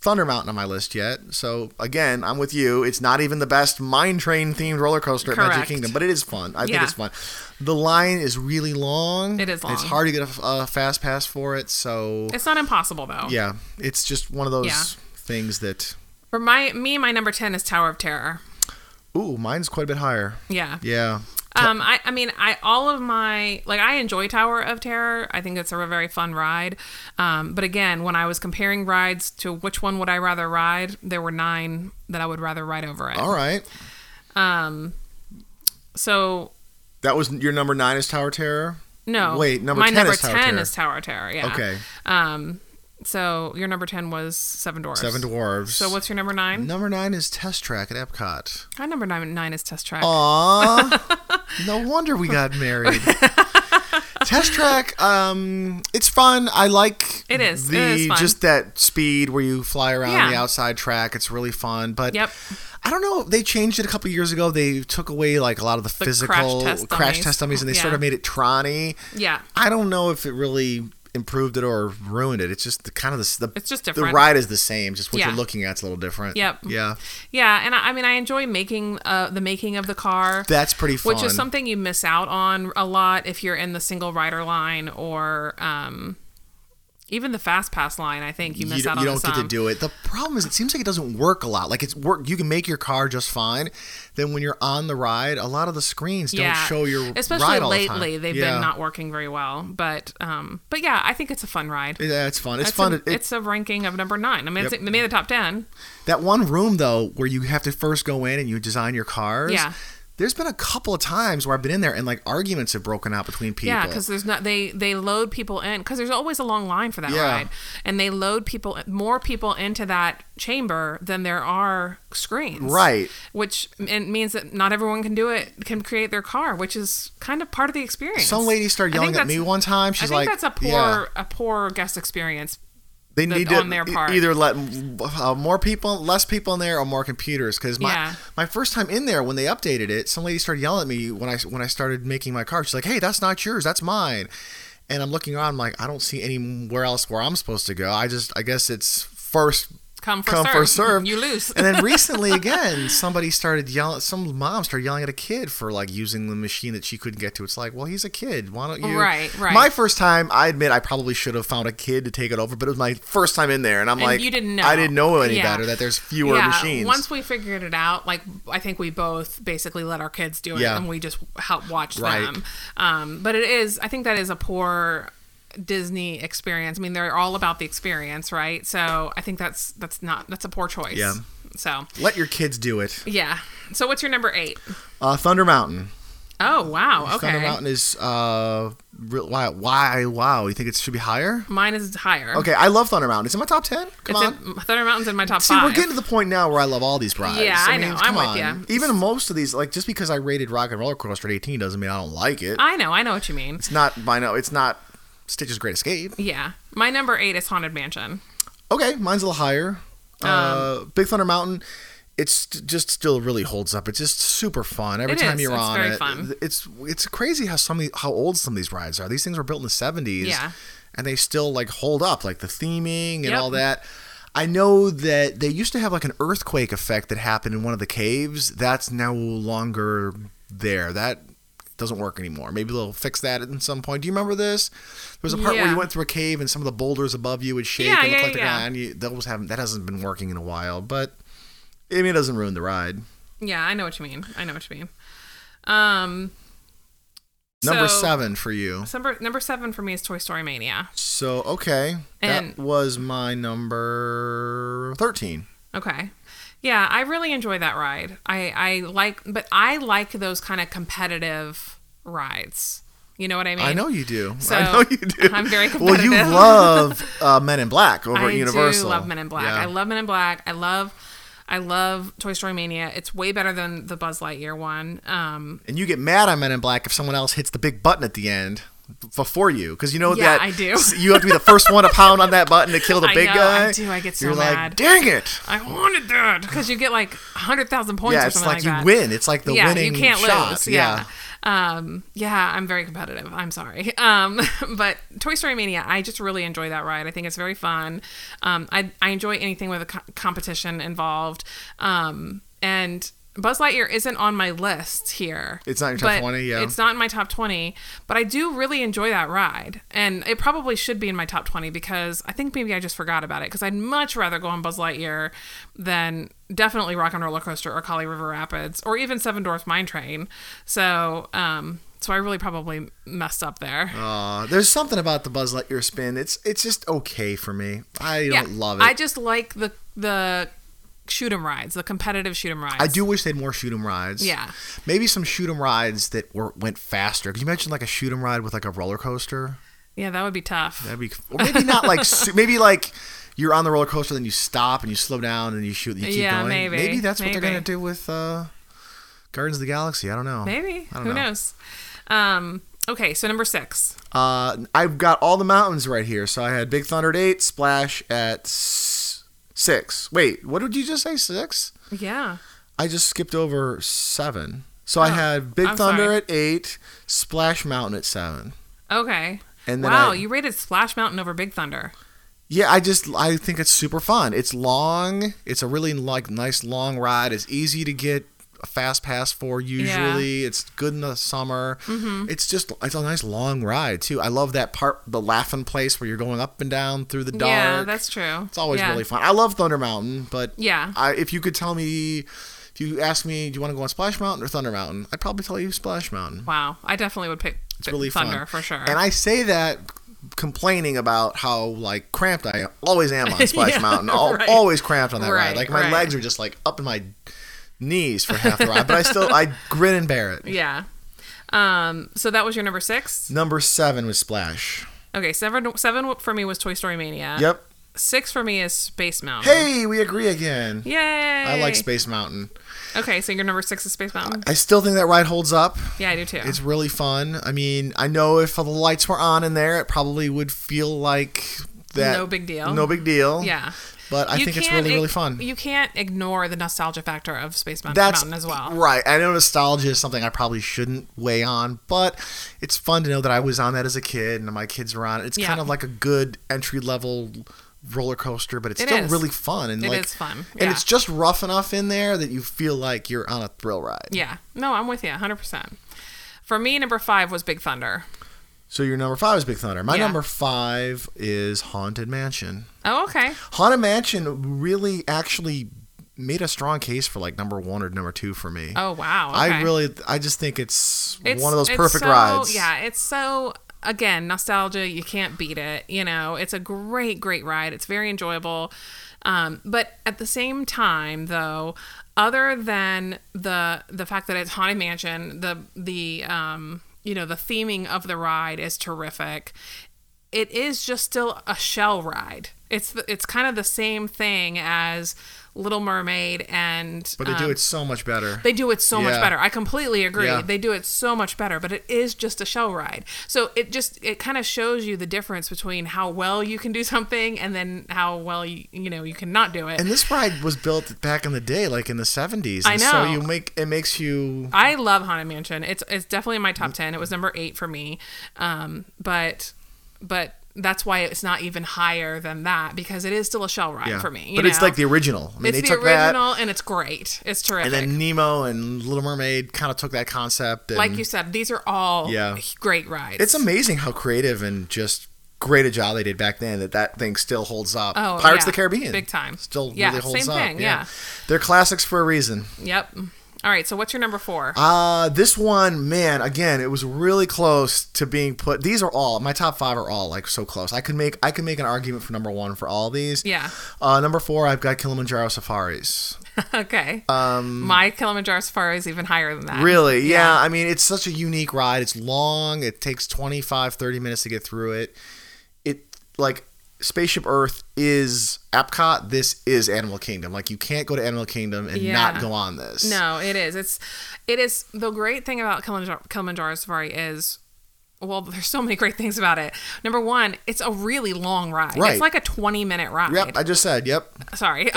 S1: Thunder Mountain on my list yet. So again, I'm with you. It's not even the best mine train themed roller coaster at Magic
S2: Correct.
S1: Kingdom, but it is fun. I think
S2: Yeah.
S1: it's fun. The line is really long.
S2: It is
S1: It's
S2: long.
S1: hard to get a, a fast pass for it. So
S2: It's not impossible though.
S1: yeah, it's just one of those
S2: Yeah.
S1: things that
S2: For my me, my number ten is Tower of Terror.
S1: Ooh, mine's quite a bit higher.
S2: Yeah.
S1: Yeah.
S2: Um, I, I mean, I all of my like I enjoy Tower of Terror. I think it's a very fun ride. Um, but again, when I was comparing rides to which one would I rather ride, there were nine that I would rather ride over it.
S1: All right.
S2: Um, so
S1: That was your number nine is Tower Terror.
S2: no,
S1: Wait, number
S2: my
S1: 10
S2: number
S1: is Tower of
S2: ten
S1: Terror.
S2: is Tower of Terror. Yeah.
S1: Okay.
S2: Um, so your number ten was Seven Dwarfs.
S1: Seven Dwarves.
S2: So what's your number nine?
S1: number nine is Test Track at Epcot.
S2: My number nine, nine is Test
S1: Oh.
S2: Track.
S1: Aw. no wonder we got married. Test track, um, it's fun. I like
S2: It is. It
S1: the
S2: is fun.
S1: just that speed where you fly around the
S2: Yeah.
S1: outside track. It's really fun, but
S2: Yep.
S1: I don't know. They changed it a couple years ago. They took away like a lot of the,
S2: The crash
S1: physical
S2: test dummies.
S1: test dummies, and they
S2: Yeah.
S1: sort of made it Tronny.
S2: Yeah.
S1: I don't know if it really improved it or ruined it. It's just the kind of the the,
S2: It's just
S1: the
S2: different.
S1: ride is the same. Just what
S2: Yeah.
S1: you're looking at's a little different.
S2: Yep.
S1: Yeah.
S2: Yeah, and I, I mean, I enjoy making uh, the making of the car.
S1: That's pretty fun.
S2: Which is something you miss out on a lot if you're in the single rider line or um, even the fast pass line. I think you miss
S1: you,
S2: out
S1: you
S2: on
S1: don't get to
S2: some.
S1: do it. The problem is, it seems like it doesn't work a lot. Like it's work, you can make your car just fine. Then when you're on the ride, a lot of the screens don't show your
S2: especially
S1: ride all the time.
S2: lately. They've
S1: Yeah.
S2: been not working very well, but um, but yeah, I think it's a fun ride.
S1: Yeah, it's fun. It's
S2: It's
S1: fun.
S2: A,
S1: It- it-
S2: it's a ranking of number nine. I mean,
S1: Yep.
S2: it's, they made the top ten.
S1: that one room though, where you have to first go in and you design your cars.
S2: Yeah.
S1: There's been a couple of times where I've been in there and like arguments have broken out between people.
S2: Yeah, because there's not they they load people in because there's always a long line for that
S1: Yeah.
S2: ride, and they load people more people into that chamber than there are screens.
S1: Right.
S2: Which m- it means that not everyone can do it can create their car, which is kind of part of the experience.
S1: some lady started
S2: I think
S1: yelling at
S2: that's-
S1: me one time.
S2: I
S1: She's
S2: think
S1: like,
S2: that's a poor
S1: yeah.
S2: a poor guest experience.
S1: they
S2: the-
S1: need to
S2: on their
S1: e-
S2: part.
S1: either let uh, more people, less people in there, or more computers. Because my
S2: Yeah.
S1: my first time in there, when they updated it, some lady started yelling at me when I when I started making my card. She's like, "Hey, that's not yours. That's mine." And I'm looking around. I'm like, I don't see anywhere else where I'm supposed to go. I just, I guess it's first
S2: Come first
S1: come
S2: serve.
S1: first serve.
S2: You lose.
S1: and then recently, again, somebody started yelling. Some mom started yelling at a kid for like using the machine that she couldn't get to. It's like, well, he's a kid. Why don't you?
S2: Right, right.
S1: My first time, I admit, I probably should have found a kid to take it over, but it was my first time in there, and I'm
S2: And
S1: like,
S2: you didn't know.
S1: I didn't know any
S2: Yeah.
S1: better that there's fewer
S2: yeah,
S1: machines.
S2: Once we figured it out, like I think we both basically let our kids do it
S1: Yeah.
S2: and we just help watch
S1: Right.
S2: them. Um, but it is, I think that is a poor Disney experience. I mean, they're all about the experience, right? So I think that's that's not that's a poor choice.
S1: Yeah.
S2: So
S1: Let your kids do it.
S2: yeah. So what's your number eight?
S1: Uh, Thunder Mountain.
S2: Oh wow.
S1: Thunder
S2: Okay.
S1: Mountain is uh, real, why? Why? Wow. You think it should be higher?
S2: Mine is higher.
S1: Okay, I love Thunder Mountain. It's in my top ten. Come
S2: It's
S1: on.
S2: in, Thunder Mountain's in my top
S1: See,
S2: five.
S1: we're getting to the point now where I love all these rides.
S2: Yeah, I know.
S1: come
S2: I'm with
S1: on.
S2: ya.
S1: Even most of these, like just because I rated Rock and Roller Coaster at 18 doesn't mean I don't like it.
S2: I know. I know what you mean.
S1: it's not by no, it's not Stitch's Great Escape.
S2: Yeah. My number eight is Haunted Mansion.
S1: Okay, mine's a little higher. uh,
S2: Um,
S1: Big Thunder Mountain. It's t- just still really holds up. It's just super fun every
S2: It
S1: time
S2: is.
S1: you're
S2: It's
S1: on
S2: very
S1: it.
S2: fun.
S1: It's it's crazy how some of the, how old some of these rides are. These things were built in the 70s.
S2: Yeah.
S1: and they still like hold up like the theming and
S2: Yep.
S1: all that i know that they used to have like an earthquake effect that happened in one of the caves that's no longer there that doesn't work anymore maybe they'll fix that at some point do you remember this there was a part where
S2: Yeah.
S1: you went through a cave and some of the boulders above you would shake and
S2: Yeah,
S1: look
S2: yeah,
S1: like they're
S2: yeah.
S1: gone you, those haven't, that hasn't been working in a while but I mean, it doesn't ruin the ride
S2: Yeah, I know what you mean. I know what you mean. Um,
S1: number
S2: So-
S1: seven for you
S2: number number seven for me is Toy Story Mania.
S1: so okay
S2: And-
S1: that was my number 13
S2: Okay, yeah, I really enjoy that ride. I I like, but I like those kind of competitive rides. You know what I mean?
S1: I know you do.
S2: So,
S1: I know you do.
S2: I'm very
S1: Well, you
S2: competitive.
S1: love uh, Men in Black over
S2: I
S1: at Universal.
S2: do love Men in Black.
S1: Yeah.
S2: I love Men in Black. I love. I love Toy Story Mania. It's way better than the Buzz Lightyear one. Um,
S1: and you get mad on Men in Black if someone else hits the big button at the end before you, because you know
S2: Yeah,
S1: that
S2: I do.
S1: you have to be the first one to pound on that button to kill the
S2: I
S1: big
S2: know, I
S1: guy.
S2: do. I get so
S1: You're like,
S2: mad.
S1: dang it!
S2: I wanted that because you get like hundred thousand points.
S1: Yeah,
S2: or
S1: it's
S2: something
S1: like,
S2: like
S1: you
S2: that.
S1: win. It's like the
S2: yeah,
S1: winning
S2: you can't
S1: shot.
S2: lose. Yeah. Um, yeah, I'm very competitive. I'm sorry. Um, but Toy Story Mania, I just really enjoy that ride. I think it's very fun. Um, I, I enjoy anything with a co- competition involved. Um, and Buzz Lightyear isn't on my list here.
S1: It's not in your top
S2: but
S1: 20, yeah.
S2: It's not in my top 20, but I do really enjoy that ride. And it probably should be in my top 20 because I think maybe I just forgot about it because I'd much rather go on Buzz Lightyear than definitely Rock and Roller Coaster or Kali River Rapids or even Seven Dwarfs Mine Train. So, um, so I really probably messed up there.
S1: Uh, there's something about the Buzz Lightyear spin. It's it's just okay for me. I don't love it.
S2: I just like the the shoot 'em rides, the competitive shoot 'em rides.
S1: I do wish they had more shoot 'em rides.
S2: Yeah.
S1: Maybe some shoot 'em rides that were went faster. Could you imagine like a shoot 'em ride with like a roller coaster?
S2: Yeah, that would be tough.
S1: That'd be or maybe not like su- maybe like you're on the roller coaster then you stop and you slow down and you shoot and you keep
S2: Yeah,
S1: going.
S2: maybe.
S1: that's what they're
S2: Maybe.
S1: gonna do with uh, Guardians of the Galaxy. I don't know.
S2: Maybe.
S1: I don't
S2: Who
S1: know.
S2: knows? Um, okay, so number six.
S1: Uh, I've got all the mountains right here. So I had Big Thunder at eight, Splash at s- six. Wait, what did you just say? Six?
S2: Yeah.
S1: I just skipped over seven. So I had Big
S2: Oh, I'm
S1: Thunder
S2: sorry.
S1: at eight, Splash Mountain at seven.
S2: Okay.
S1: And then
S2: wow,
S1: I-
S2: you rated Splash Mountain over Big Thunder.
S1: Yeah, I just I think it's super fun. It's long. It's a really like nice long ride. It's easy to get a fast pass for usually. It's good in the summer.
S2: Mm-hmm.
S1: It's just it's a nice long ride too. I love that part, the laughing place where you're going up and down through the dark.
S2: Yeah, that's true.
S1: It's always
S2: yeah.
S1: really fun. I love Thunder Mountain, but
S2: Yeah.
S1: I, if you could tell me, if you asked me, do you want to go on Splash Mountain or Thunder Mountain? I'd probably tell you Splash Mountain.
S2: Wow, I definitely would pick
S1: It's really
S2: Thunder
S1: fun.
S2: for sure.
S1: And I say that complaining about how like cramped I always am on Splash
S2: Yeah,
S1: Mountain. Al-
S2: right.
S1: Always cramped on that
S2: Right,
S1: ride. Like my
S2: right.
S1: legs are just like up in my knees for half the ride, but I still I grin and bear it.
S2: yeah. Um, so that was your number six.
S1: Number seven was Splash.
S2: Okay, seven seven for me was Toy Story Mania.
S1: Yep.
S2: Six for me is Space Mountain.
S1: Hey, we agree again.
S2: Yay!
S1: I like Space Mountain.
S2: Okay, so your number six is Space Mountain.
S1: I still think that ride holds up.
S2: Yeah, I do too.
S1: It's really fun. I mean, I know if the lights were on in there, it probably would feel like that.
S2: No big deal.
S1: No big deal.
S2: Yeah.
S1: But I
S2: You
S1: think it's
S2: can't
S1: really,
S2: ig-
S1: really fun.
S2: You can't ignore the nostalgia factor of Space Mountain,
S1: That's
S2: Mountain as well.
S1: Right. I know nostalgia is something I probably shouldn't weigh on, but it's fun to know that I was on that as a kid and my kids were on it. It's
S2: Yeah.
S1: kind of like a good entry level roller coaster, but it's
S2: It
S1: still
S2: is.
S1: really fun and
S2: It
S1: like
S2: is fun,
S1: And
S2: yeah.
S1: it's just rough enough in there that you feel like you're on a thrill ride.
S2: Yeah. No, I'm with you 100%. For me, number five was Big Thunder.
S1: So your number five is Big Thunder. My
S2: Yeah.
S1: number five is Haunted Mansion.
S2: Oh, okay.
S1: Haunted Mansion really actually made a strong case for like number one or number two for me.
S2: Oh, wow.
S1: I
S2: okay.
S1: really, I just think it's,
S2: It's-
S1: one of those
S2: it's
S1: perfect
S2: so-
S1: rides.
S2: Yeah. It's so, again, nostalgia. You can't beat it. You know, it's a great, great ride. It's very enjoyable. Um, but at the same time, though, other than the the fact that it's haunted mansion, the the um, you know the theming of the ride is terrific. it is just still a shell ride. It's the, it's kind of the same thing as Little Mermaid and
S1: But they do it so much better.
S2: um, they do it so much
S1: Yeah.
S2: better. I completely agree.
S1: Yeah.
S2: They do it so much better, but it is just a shell ride. So it just it kind of shows you the difference between how well you can do something and then how well you you know you cannot do it.
S1: and this ride was built back in the day, like in the seventies.
S2: I
S1: So
S2: know.
S1: you make it makes you.
S2: I love Haunted Mansion. It's it's definitely in my top ten. It was number eight for me, um, but but that's why it's not even higher than that because it is still a shell ride
S1: Yeah.
S2: for me. you
S1: but it's
S2: know?
S1: like the original. I mean,
S2: it's
S1: they
S2: the
S1: took that,
S2: original, and it's great. It's terrific.
S1: and then Nemo and Little Mermaid kind of took that concept. And
S2: like you said, these are all
S1: Yeah.
S2: great rides.
S1: it's amazing how creative and just great a job they did back then. That that thing still holds up.
S2: Oh,
S1: Pirates of
S2: yeah.
S1: the Caribbean,
S2: Big time.
S1: still
S2: Yeah,
S1: really holds
S2: same
S1: up.
S2: thing, yeah.
S1: they're classics for a reason.
S2: Yep. All right. So what's your number four?
S1: Uh, this one, man, again, it was really close to being put. These are all my top five are all like so close. I could make I could make an argument for number one for all these.
S2: Yeah.
S1: Uh, number four, I've got Kilimanjaro Safaris.
S2: okay. Um, my Kilimanjaro Safari is even higher than that.
S1: Really? Yeah. I mean, it's such a unique ride. It's long. It takes 25, 30 minutes to get through it. It like Spaceship Earth is Epcot. This is Animal Kingdom. Like you can't go to Animal Kingdom and
S2: Yeah.
S1: not go on this.
S2: No, it is. It's it is the great thing about Kilimanjaro, Kilimanjaro Safari is well, there's so many great things about it. Number one, it's a really long ride.
S1: Right.
S2: It's like a 20 minute ride.
S1: Yep. I just said. Yep.
S2: Sorry.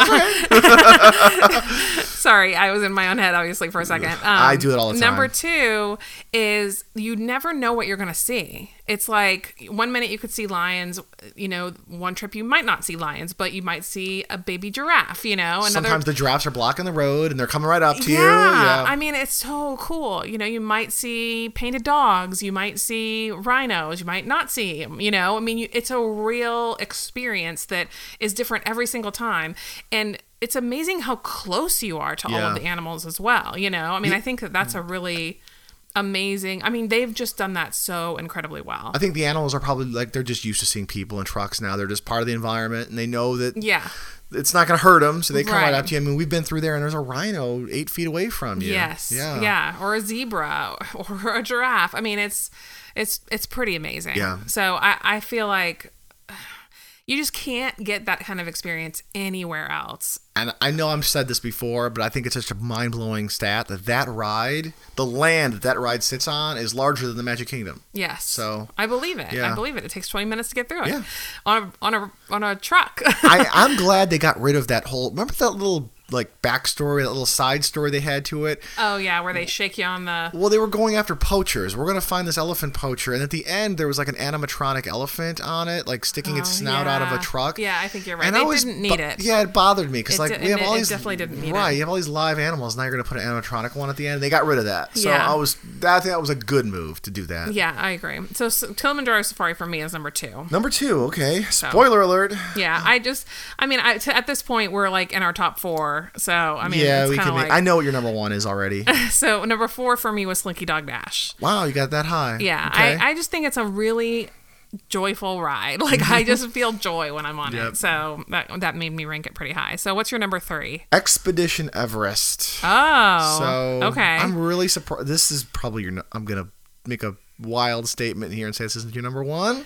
S2: Sorry, I was in my own head, obviously, for a second. Um,
S1: I do it all the time.
S2: Number two is you never know what you're going to see. it's like one minute you could see lions, you know, one trip you might not see lions, but you might see a baby giraffe, you know, another
S1: Sometimes the giraffes are blocking the road and they're coming right up to you.
S2: yeah.
S1: Yeah.
S2: I mean, it's so cool. You know, you might see painted dogs, you might see rhinos, you might not see 'em, You know, I mean, you, it's a real experience that is different every single time. And it's amazing how close you are to all
S1: Yeah.
S2: of the animals as well. You know, I mean, I think that that's a really amazing. I mean, they've just done that so incredibly well.
S1: I think the animals are probably like they're just used to seeing people in trucks now. They're just part of the environment and they know that
S2: Yeah.
S1: it's not going to hurt them. So they come right.
S2: Right.
S1: up to you. I mean, we've been through there and there's a rhino eight feet away from you.
S2: Yes.
S1: Yeah.
S2: Yeah. Or a zebra or a giraffe. I mean, it's it's it's pretty amazing.
S1: Yeah.
S2: So I, I feel like you just can't get that kind of experience anywhere else.
S1: And I know I've said this before, but I think it's such a mind blowing stat that that ride, the land that that ride sits on, is larger than the Magic Kingdom.
S2: Yes.
S1: So-
S2: I believe it.
S1: Yeah.
S2: I believe it. It takes twenty minutes to get through it.
S1: Yeah.
S2: On a on a on a truck.
S1: I, I'm glad they got rid of that whole. Remember that little like backstory, that little side story they had to it.
S2: oh yeah, where they shake you on the
S1: Well, they were going after poachers. We're gonna find this elephant poacher, and at the end there was like an animatronic elephant on it, like sticking its
S2: Oh,
S1: snout out of
S2: yeah.
S1: a truck.
S2: Yeah, I think you're right.
S1: And
S2: they
S1: I always
S2: didn't
S1: bo-
S2: need it.
S1: Yeah, it bothered me because
S2: It
S1: like
S2: di-
S1: we have
S2: it-
S1: all
S2: it
S1: these
S2: definitely didn't need it.
S1: right. You have all these live animals. Now you're gonna put an animatronic one at the end. They got rid of that. So
S2: Yeah.
S1: I was that I think that was a good move to do that.
S2: Yeah, I agree. So, so Kilimanjaro Safari for me is number two.
S1: Number two, okay. Spoiler alert.
S2: Yeah, I just, I mean, I, t- at this point, we're like in our top four. So, I mean,
S1: yeah,
S2: it's
S1: we
S2: kinda
S1: can.
S2: Like,
S1: I know what your number one is already.
S2: So, number four for me was Slinky Dog Dash.
S1: wow, you got that high.
S2: Yeah,
S1: Okay.
S2: I, I just think it's a really joyful ride. Like, I just feel joy when I'm on
S1: Yep.
S2: it. So, that, that made me rank it pretty high. So, what's your number three?
S1: Expedition Everest.
S2: Oh.
S1: So
S2: okay.
S1: I'm really surprised. This is probably your. nu- I'm gonna make a wild statement here and say this isn't your number one.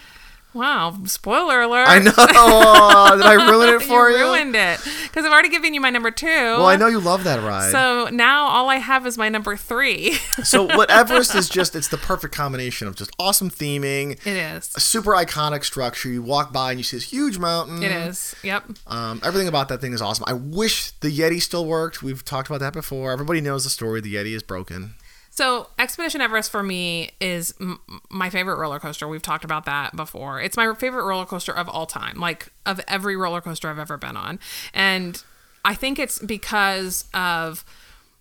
S2: wow. Spoiler alert.
S1: I know. Did I ruin it for you?
S2: you ruined it because I've already given you my number two.
S1: Well, I know you love that ride. So,
S2: So now all I have is my number three.
S1: what Everest is just—it's the perfect combination of just awesome theming,
S2: it is.
S1: a super iconic structure. You walk by and you see this huge mountain.
S2: It is. Yep.
S1: Um, everything about that thing is awesome. I wish the Yeti still worked. We've talked about that before. Everybody knows the story. The Yeti is broken.
S2: So Expedition Everest for me is m- my favorite roller coaster. We've talked about that before. It's my favorite roller coaster of all time, like of every roller coaster I've ever been on. And I think it's because of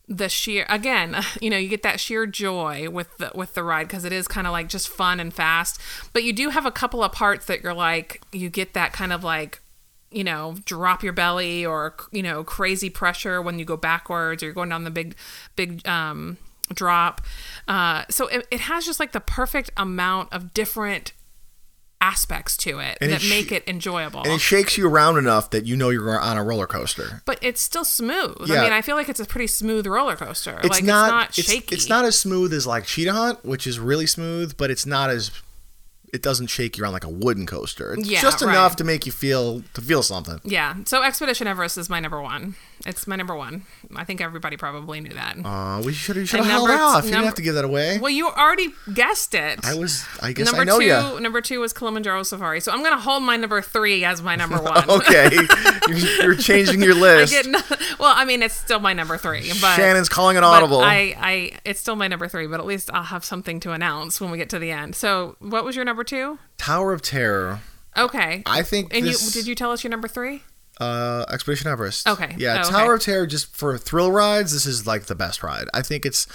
S2: the sheer again, you know, you get that sheer joy with the with the ride because it is kind of like just fun and fast. But you do have a couple of parts that you're like you get that kind of like you know, drop your belly or you know, crazy pressure when you go backwards or you're going down the big, big um, drop. Uh, so it, it has just like the perfect amount of different aspects to it
S1: And
S2: that
S1: it sh-
S2: make it enjoyable.
S1: And it shakes you around enough that you know you're on a roller coaster.
S2: but it's still smooth.
S1: Yeah.
S2: I mean, I feel like it's a pretty smooth roller coaster. like it's not shaky.
S1: It's, not as smooth as like Cheetah Hunt, which is really smooth, but it's not as it doesn't shake you on like a wooden coaster. It's
S2: Yeah,
S1: just
S2: right.
S1: enough to make you feel to feel something.
S2: Yeah. So Expedition Everest is my number one. It's my number one. I think everybody probably knew that.
S1: Uh, we should have should have
S2: And
S1: held
S2: number-
S1: off. you didn't
S2: number-
S1: have to give that away.
S2: well, you already guessed it.
S1: I was. I guess
S2: number
S1: I know
S2: two,
S1: you.
S2: number two was Kilimanjaro Safari. So I'm gonna hold my number three as my number one.
S1: Okay, you're, you're changing your
S2: I
S1: list.
S2: get no, well, I mean, it's still my number three, but
S1: Shannon's calling an
S2: but
S1: audible.
S2: I, I, it's still my number three, but at least I'll have something to announce when we get to the end. So, what was your number two?
S1: Tower of Terror.
S2: Okay,
S1: I think.
S2: and
S1: this,
S2: you did you tell us your number three?
S1: Uh, Expedition Everest.
S2: Okay.
S1: Yeah,
S2: Oh,
S1: Tower
S2: okay.
S1: of Terror just for thrill rides. This is like the best ride. I think it's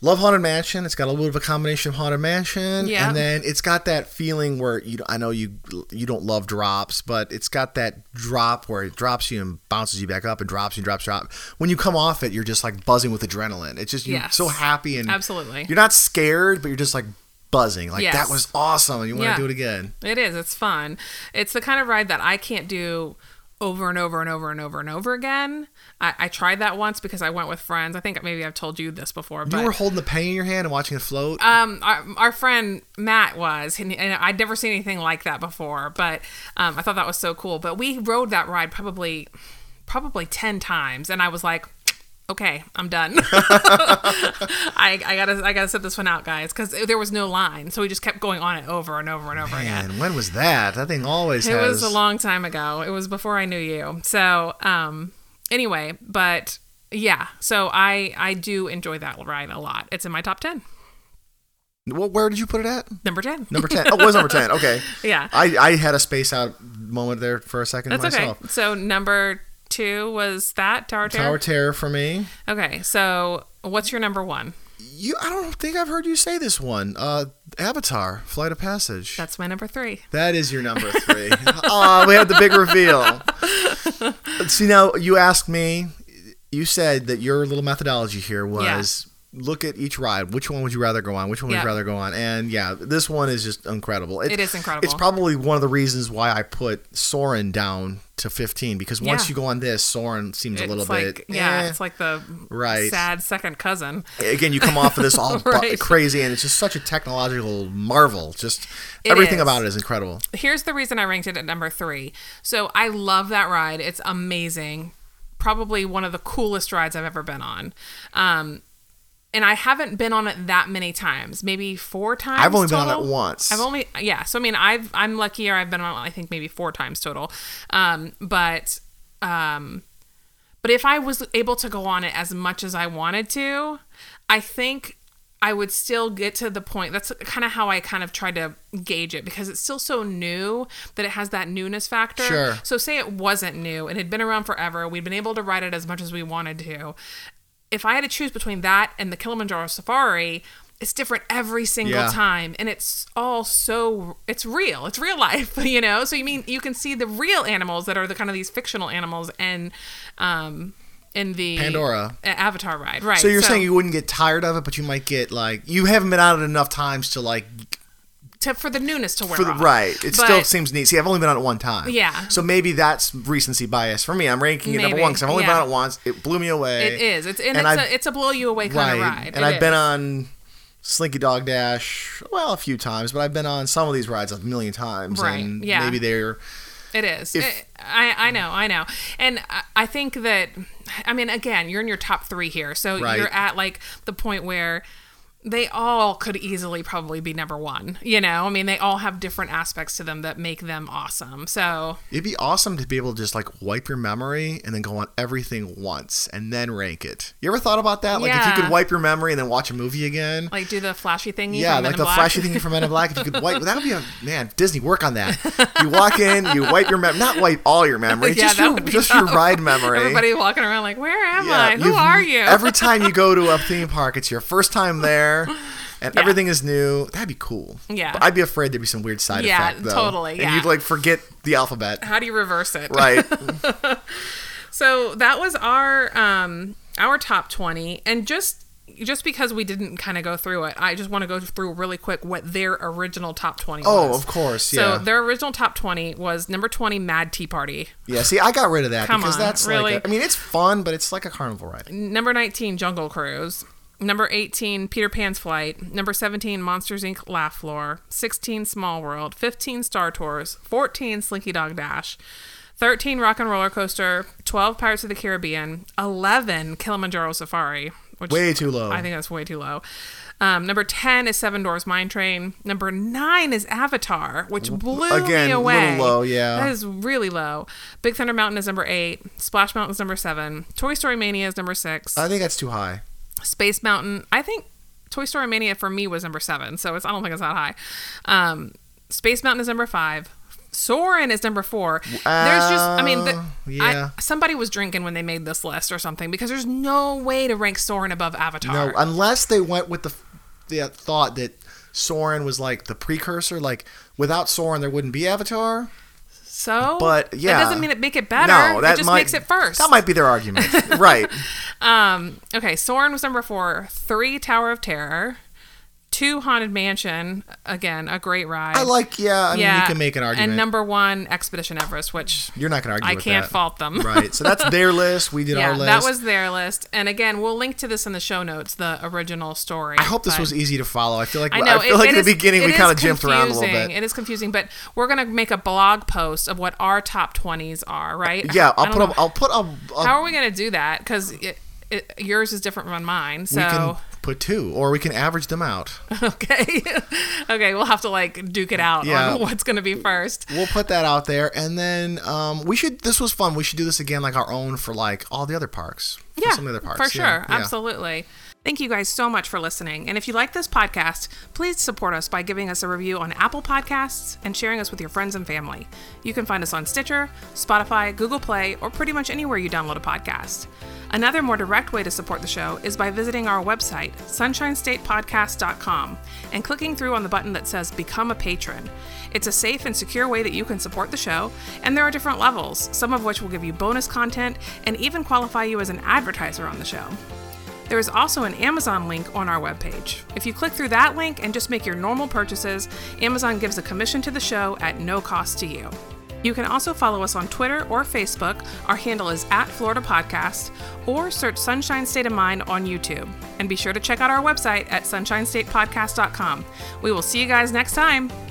S1: love Haunted Mansion. It's got a little bit of a combination of Haunted Mansion,
S2: Yeah.
S1: and then it's got that feeling where you. I know you you don't love drops, but it's got that drop where it drops you and bounces you back up and drops you, drops, drop. When you come off it, you're just like buzzing with adrenaline. It's just you're
S2: Yes.
S1: so happy and
S2: Absolutely.
S1: You're not scared, but you're just like buzzing. Like
S2: Yes.
S1: that was awesome, and you want to
S2: Yeah.
S1: do it again.
S2: It is. It's fun. It's the kind of ride that I can't do over and over and over and over and over again. I, I tried that once because I went with friends. I think maybe I've told you this before. But
S1: You were holding the penny in your hand and watching it float.
S2: um, our, our friend Matt was, and, and I'd never seen anything like that before, but um, I thought that was so cool. But we rode that ride probably, probably 10 times, and I was like, okay, I'm done. I, I gotta, I gotta set this one out, guys, because there was no line, so we just kept going on it over and over and over again.
S1: Man, when was that? That thing always
S2: It
S1: has.
S2: was a long time ago. It was before I knew you. So, um, anyway, but yeah, so I, I do enjoy that ride a lot. It's in my top 10.
S1: Well, where did you put it at?
S2: Number 10.
S1: Number ten. Oh, it was number ten. Okay.
S2: Yeah.
S1: I, I had a space out moment there for a second
S2: That's
S1: myself.
S2: okay. So number two was that Tower Terror.
S1: Tower Terror for me.
S2: okay. So what's your number one?
S1: You, I don't think I've heard you say this one. Uh, Avatar: Flight of Passage.
S2: That's my number three.
S1: That is your number three. oh, we had the big reveal. See, now you asked me, you said that your little methodology here was look at each ride. Which one would you rather go on? Which one would
S2: Yeah.
S1: you rather go on? And yeah, this one is just incredible.
S2: It is incredible.
S1: It's probably one of the reasons why I put Soren down to 15 because once
S2: Yeah.
S1: you go on this, Soren seems a little
S2: it's
S1: bit.
S2: like
S1: eh.
S2: yeah, it's like the
S1: Right.
S2: sad second cousin.
S1: eh. Again, you come off of this all bu-
S2: Right.
S1: crazy, and it's just such a technological marvel. Just
S2: It
S1: everything
S2: is.
S1: about it is incredible.
S2: Here's the reason I ranked it at number three. So I love that ride. It's amazing. Probably one of the coolest rides I've ever been on. Um, and I haven't been on it that many times, maybe four times.
S1: I've only been on
S2: total.
S1: it once.
S2: I've only yeah. So I mean, I've I'm luckier. I've been on I think maybe four times total. Um, but um, but if I was able to go on it as much as I wanted to, I think I would still get to the point. That's kind of how I kind of tried to gauge it because it's still so new that it has that newness factor.
S1: Sure.
S2: So say it wasn't new and had been around forever. We'd been able to ride it as much as we wanted to. If I had to choose between that and the Kilimanjaro Safari, it's different every single
S1: Yeah.
S2: time, and it's all so it's real. It's real life, you know. So you mean you can see the real animals that are the kind of these fictional animals and um in the
S1: Pandora.
S2: A- Avatar ride, right?
S1: So you're saying you wouldn't get tired of it, but you might get like you haven't been on it enough times to like
S2: to, for the newness to wear
S1: for the
S2: off.
S1: right. It still
S2: But-
S1: seems neat. See, I've only been on it one time.
S2: Yeah.
S1: So maybe that's recency bias for me. I'm ranking it number
S2: Maybe.
S1: one because I've only been
S2: Yeah.
S1: on it once. It blew me away.
S2: It is. It's and,
S1: And
S2: it's
S1: I've-
S2: a it's a blow you away kind
S1: right.
S2: of ride.
S1: And
S2: It
S1: I've been
S2: is.
S1: on Slinky Dog Dash well a few times, but I've been on some of these rides a million times.
S2: Right.
S1: And
S2: Yeah.
S1: Maybe they're
S2: It is.
S1: If-
S2: It- I I know. I know. And I, I think that I mean again, you're in your top 3 here. So
S1: Right.
S2: you're at like the point where they all could easily probably be number 1, you know? I mean, they all have different aspects to them that make them awesome. So,
S1: it'd be awesome to be able to just like wipe your memory and then go on everything once and then rank it. You ever thought about that? Like if you
S2: Yeah.
S1: could wipe your memory and then watch a movie again.
S2: like do the flashy thingy
S1: Yeah,
S2: from Men
S1: like
S2: in
S1: the
S2: Black.
S1: flashy thing from Men in Black. If you could wipe, that would be a man. Disney, work on that. You walk in, you wipe your mem, not wipe all your memory,
S2: Yeah,
S1: just
S2: that
S1: your,
S2: would be
S1: just your
S2: tough.
S1: ride memory.
S2: Everybody walking around like, "Where am
S1: Yeah,
S2: I? Who
S1: you've-
S2: are you?"
S1: Every time you go to a theme park, it's your first time there, and
S2: Yeah.
S1: everything is new. That'd be cool.
S2: Yeah.
S1: but I'd be afraid there'd be some weird side
S2: Yeah,
S1: effect though.
S2: totally,
S1: and
S2: yeah.
S1: you'd like forget the alphabet,
S2: How do you reverse it?
S1: right?
S2: So that was our um our top 20 and just just because we didn't kind of go through it, I just want to go through really quick what their original top 20
S1: Oh,
S2: was.
S1: of course,
S2: So
S1: yeah.
S2: their original top 20 was number 20 Mad Tea Party,
S1: yeah, see, I got rid of that
S2: Come
S1: because
S2: on,
S1: that's
S2: really?
S1: like, a, I mean, it's fun, but it's like a carnival ride.
S2: number 19 Jungle Cruise, number 18 Peter Pan's Flight, number 17 Monsters Inc Laugh Floor, 16 Small World, 15 Star Tours, 14 Slinky Dog Dash, 13 Rock and Roller Coaster, 12 Pirates of the Caribbean, 11 Kilimanjaro Safari, which
S1: Way too low.
S2: I think that's way too low. Um, number 10 is Seven Doors Mine Train. Number 9 is Avatar, which blew
S1: again,
S2: me
S1: little
S2: away.
S1: low, yeah.
S2: That is really low. Big Thunder Mountain is number 8. Splash Mountain is number 7. Toy Story Mania is number 6.
S1: I think that's too high.
S2: Space Mountain, I think Toy Story Mania for me was number 7, so it's I don't think it's that high. Um, Space Mountain is number 5. Soren is number four. There's just, I mean, the,
S1: Uh,
S2: I-
S1: yeah.
S2: somebody was drinking when they made this list or something because there's no way to rank Soren above Avatar.
S1: No, unless they went with the the thought that Soren was like the precursor. Like without Soren, there wouldn't be Avatar.
S2: So,
S1: But yeah,
S2: that doesn't mean it make it better. it just
S1: might-
S2: makes it first.
S1: That might be their argument, right?
S2: um, okay, Soren was number four, three Tower of Terror, two Haunted Mansion. Again, a great ride.
S1: I like. Yeah, I mean,
S2: Yeah,
S1: you can make an argument.
S2: And number one, Expedition Everest, which
S1: You're not going to argue.
S2: I
S1: with
S2: can't
S1: that.
S2: fault them.
S1: right. So that's their list. We did
S2: yeah,
S1: our list.
S2: that was their list. And again, we'll link to this in the show notes, the original story.
S1: I hope this was easy to follow. I feel like
S2: I know.
S1: feel
S2: it-
S1: like in
S2: it
S1: the
S2: is-
S1: beginning we
S2: it is
S1: kind of jumped around a little
S2: confusing.
S1: bit.
S2: It is confusing, but we're gonna make a blog post of what our top twenties are, right?
S1: yeah,
S2: I
S1: I'll
S2: don't
S1: put
S2: know
S1: up. I'll put up. a-
S2: How are we going to do that? Because it, it, yours is different from mine.
S1: we can
S2: So,
S1: put two, or we can average them out.
S2: okay. okay. We'll have to like duke it out
S1: Yeah.
S2: on what's going to be first.
S1: we'll put that out there and then um, we should this was fun we should do this again like our own for like all the other parks For
S2: Yeah.
S1: some of the other parks
S2: For sure.
S1: Yeah, yeah.
S2: Absolutely. Thank you guys so much for listening. And if you like this podcast, please support us by giving us a review on Apple Podcasts and sharing us with your friends and family. You can find us on Stitcher, Spotify, Google Play, or pretty much anywhere you download a podcast. Another more direct way to support the show is by visiting our website, sunshinestatepodcast.com, and clicking through on the button that says Become a Patron. It's a safe and secure way that you can support the show, and there are different levels, some of which will give you bonus content and even qualify you as an advertiser on the show. There is also an Amazon link on our webpage. If you click through that link and just make your normal purchases, Amazon gives a commission to the show at no cost to you. You can also follow us on Twitter or Facebook. Our handle is at Florida Podcast, or search Sunshine State of Mind on YouTube. And be sure to check out our website at sunshinestatepodcast.com. We will see you guys next time.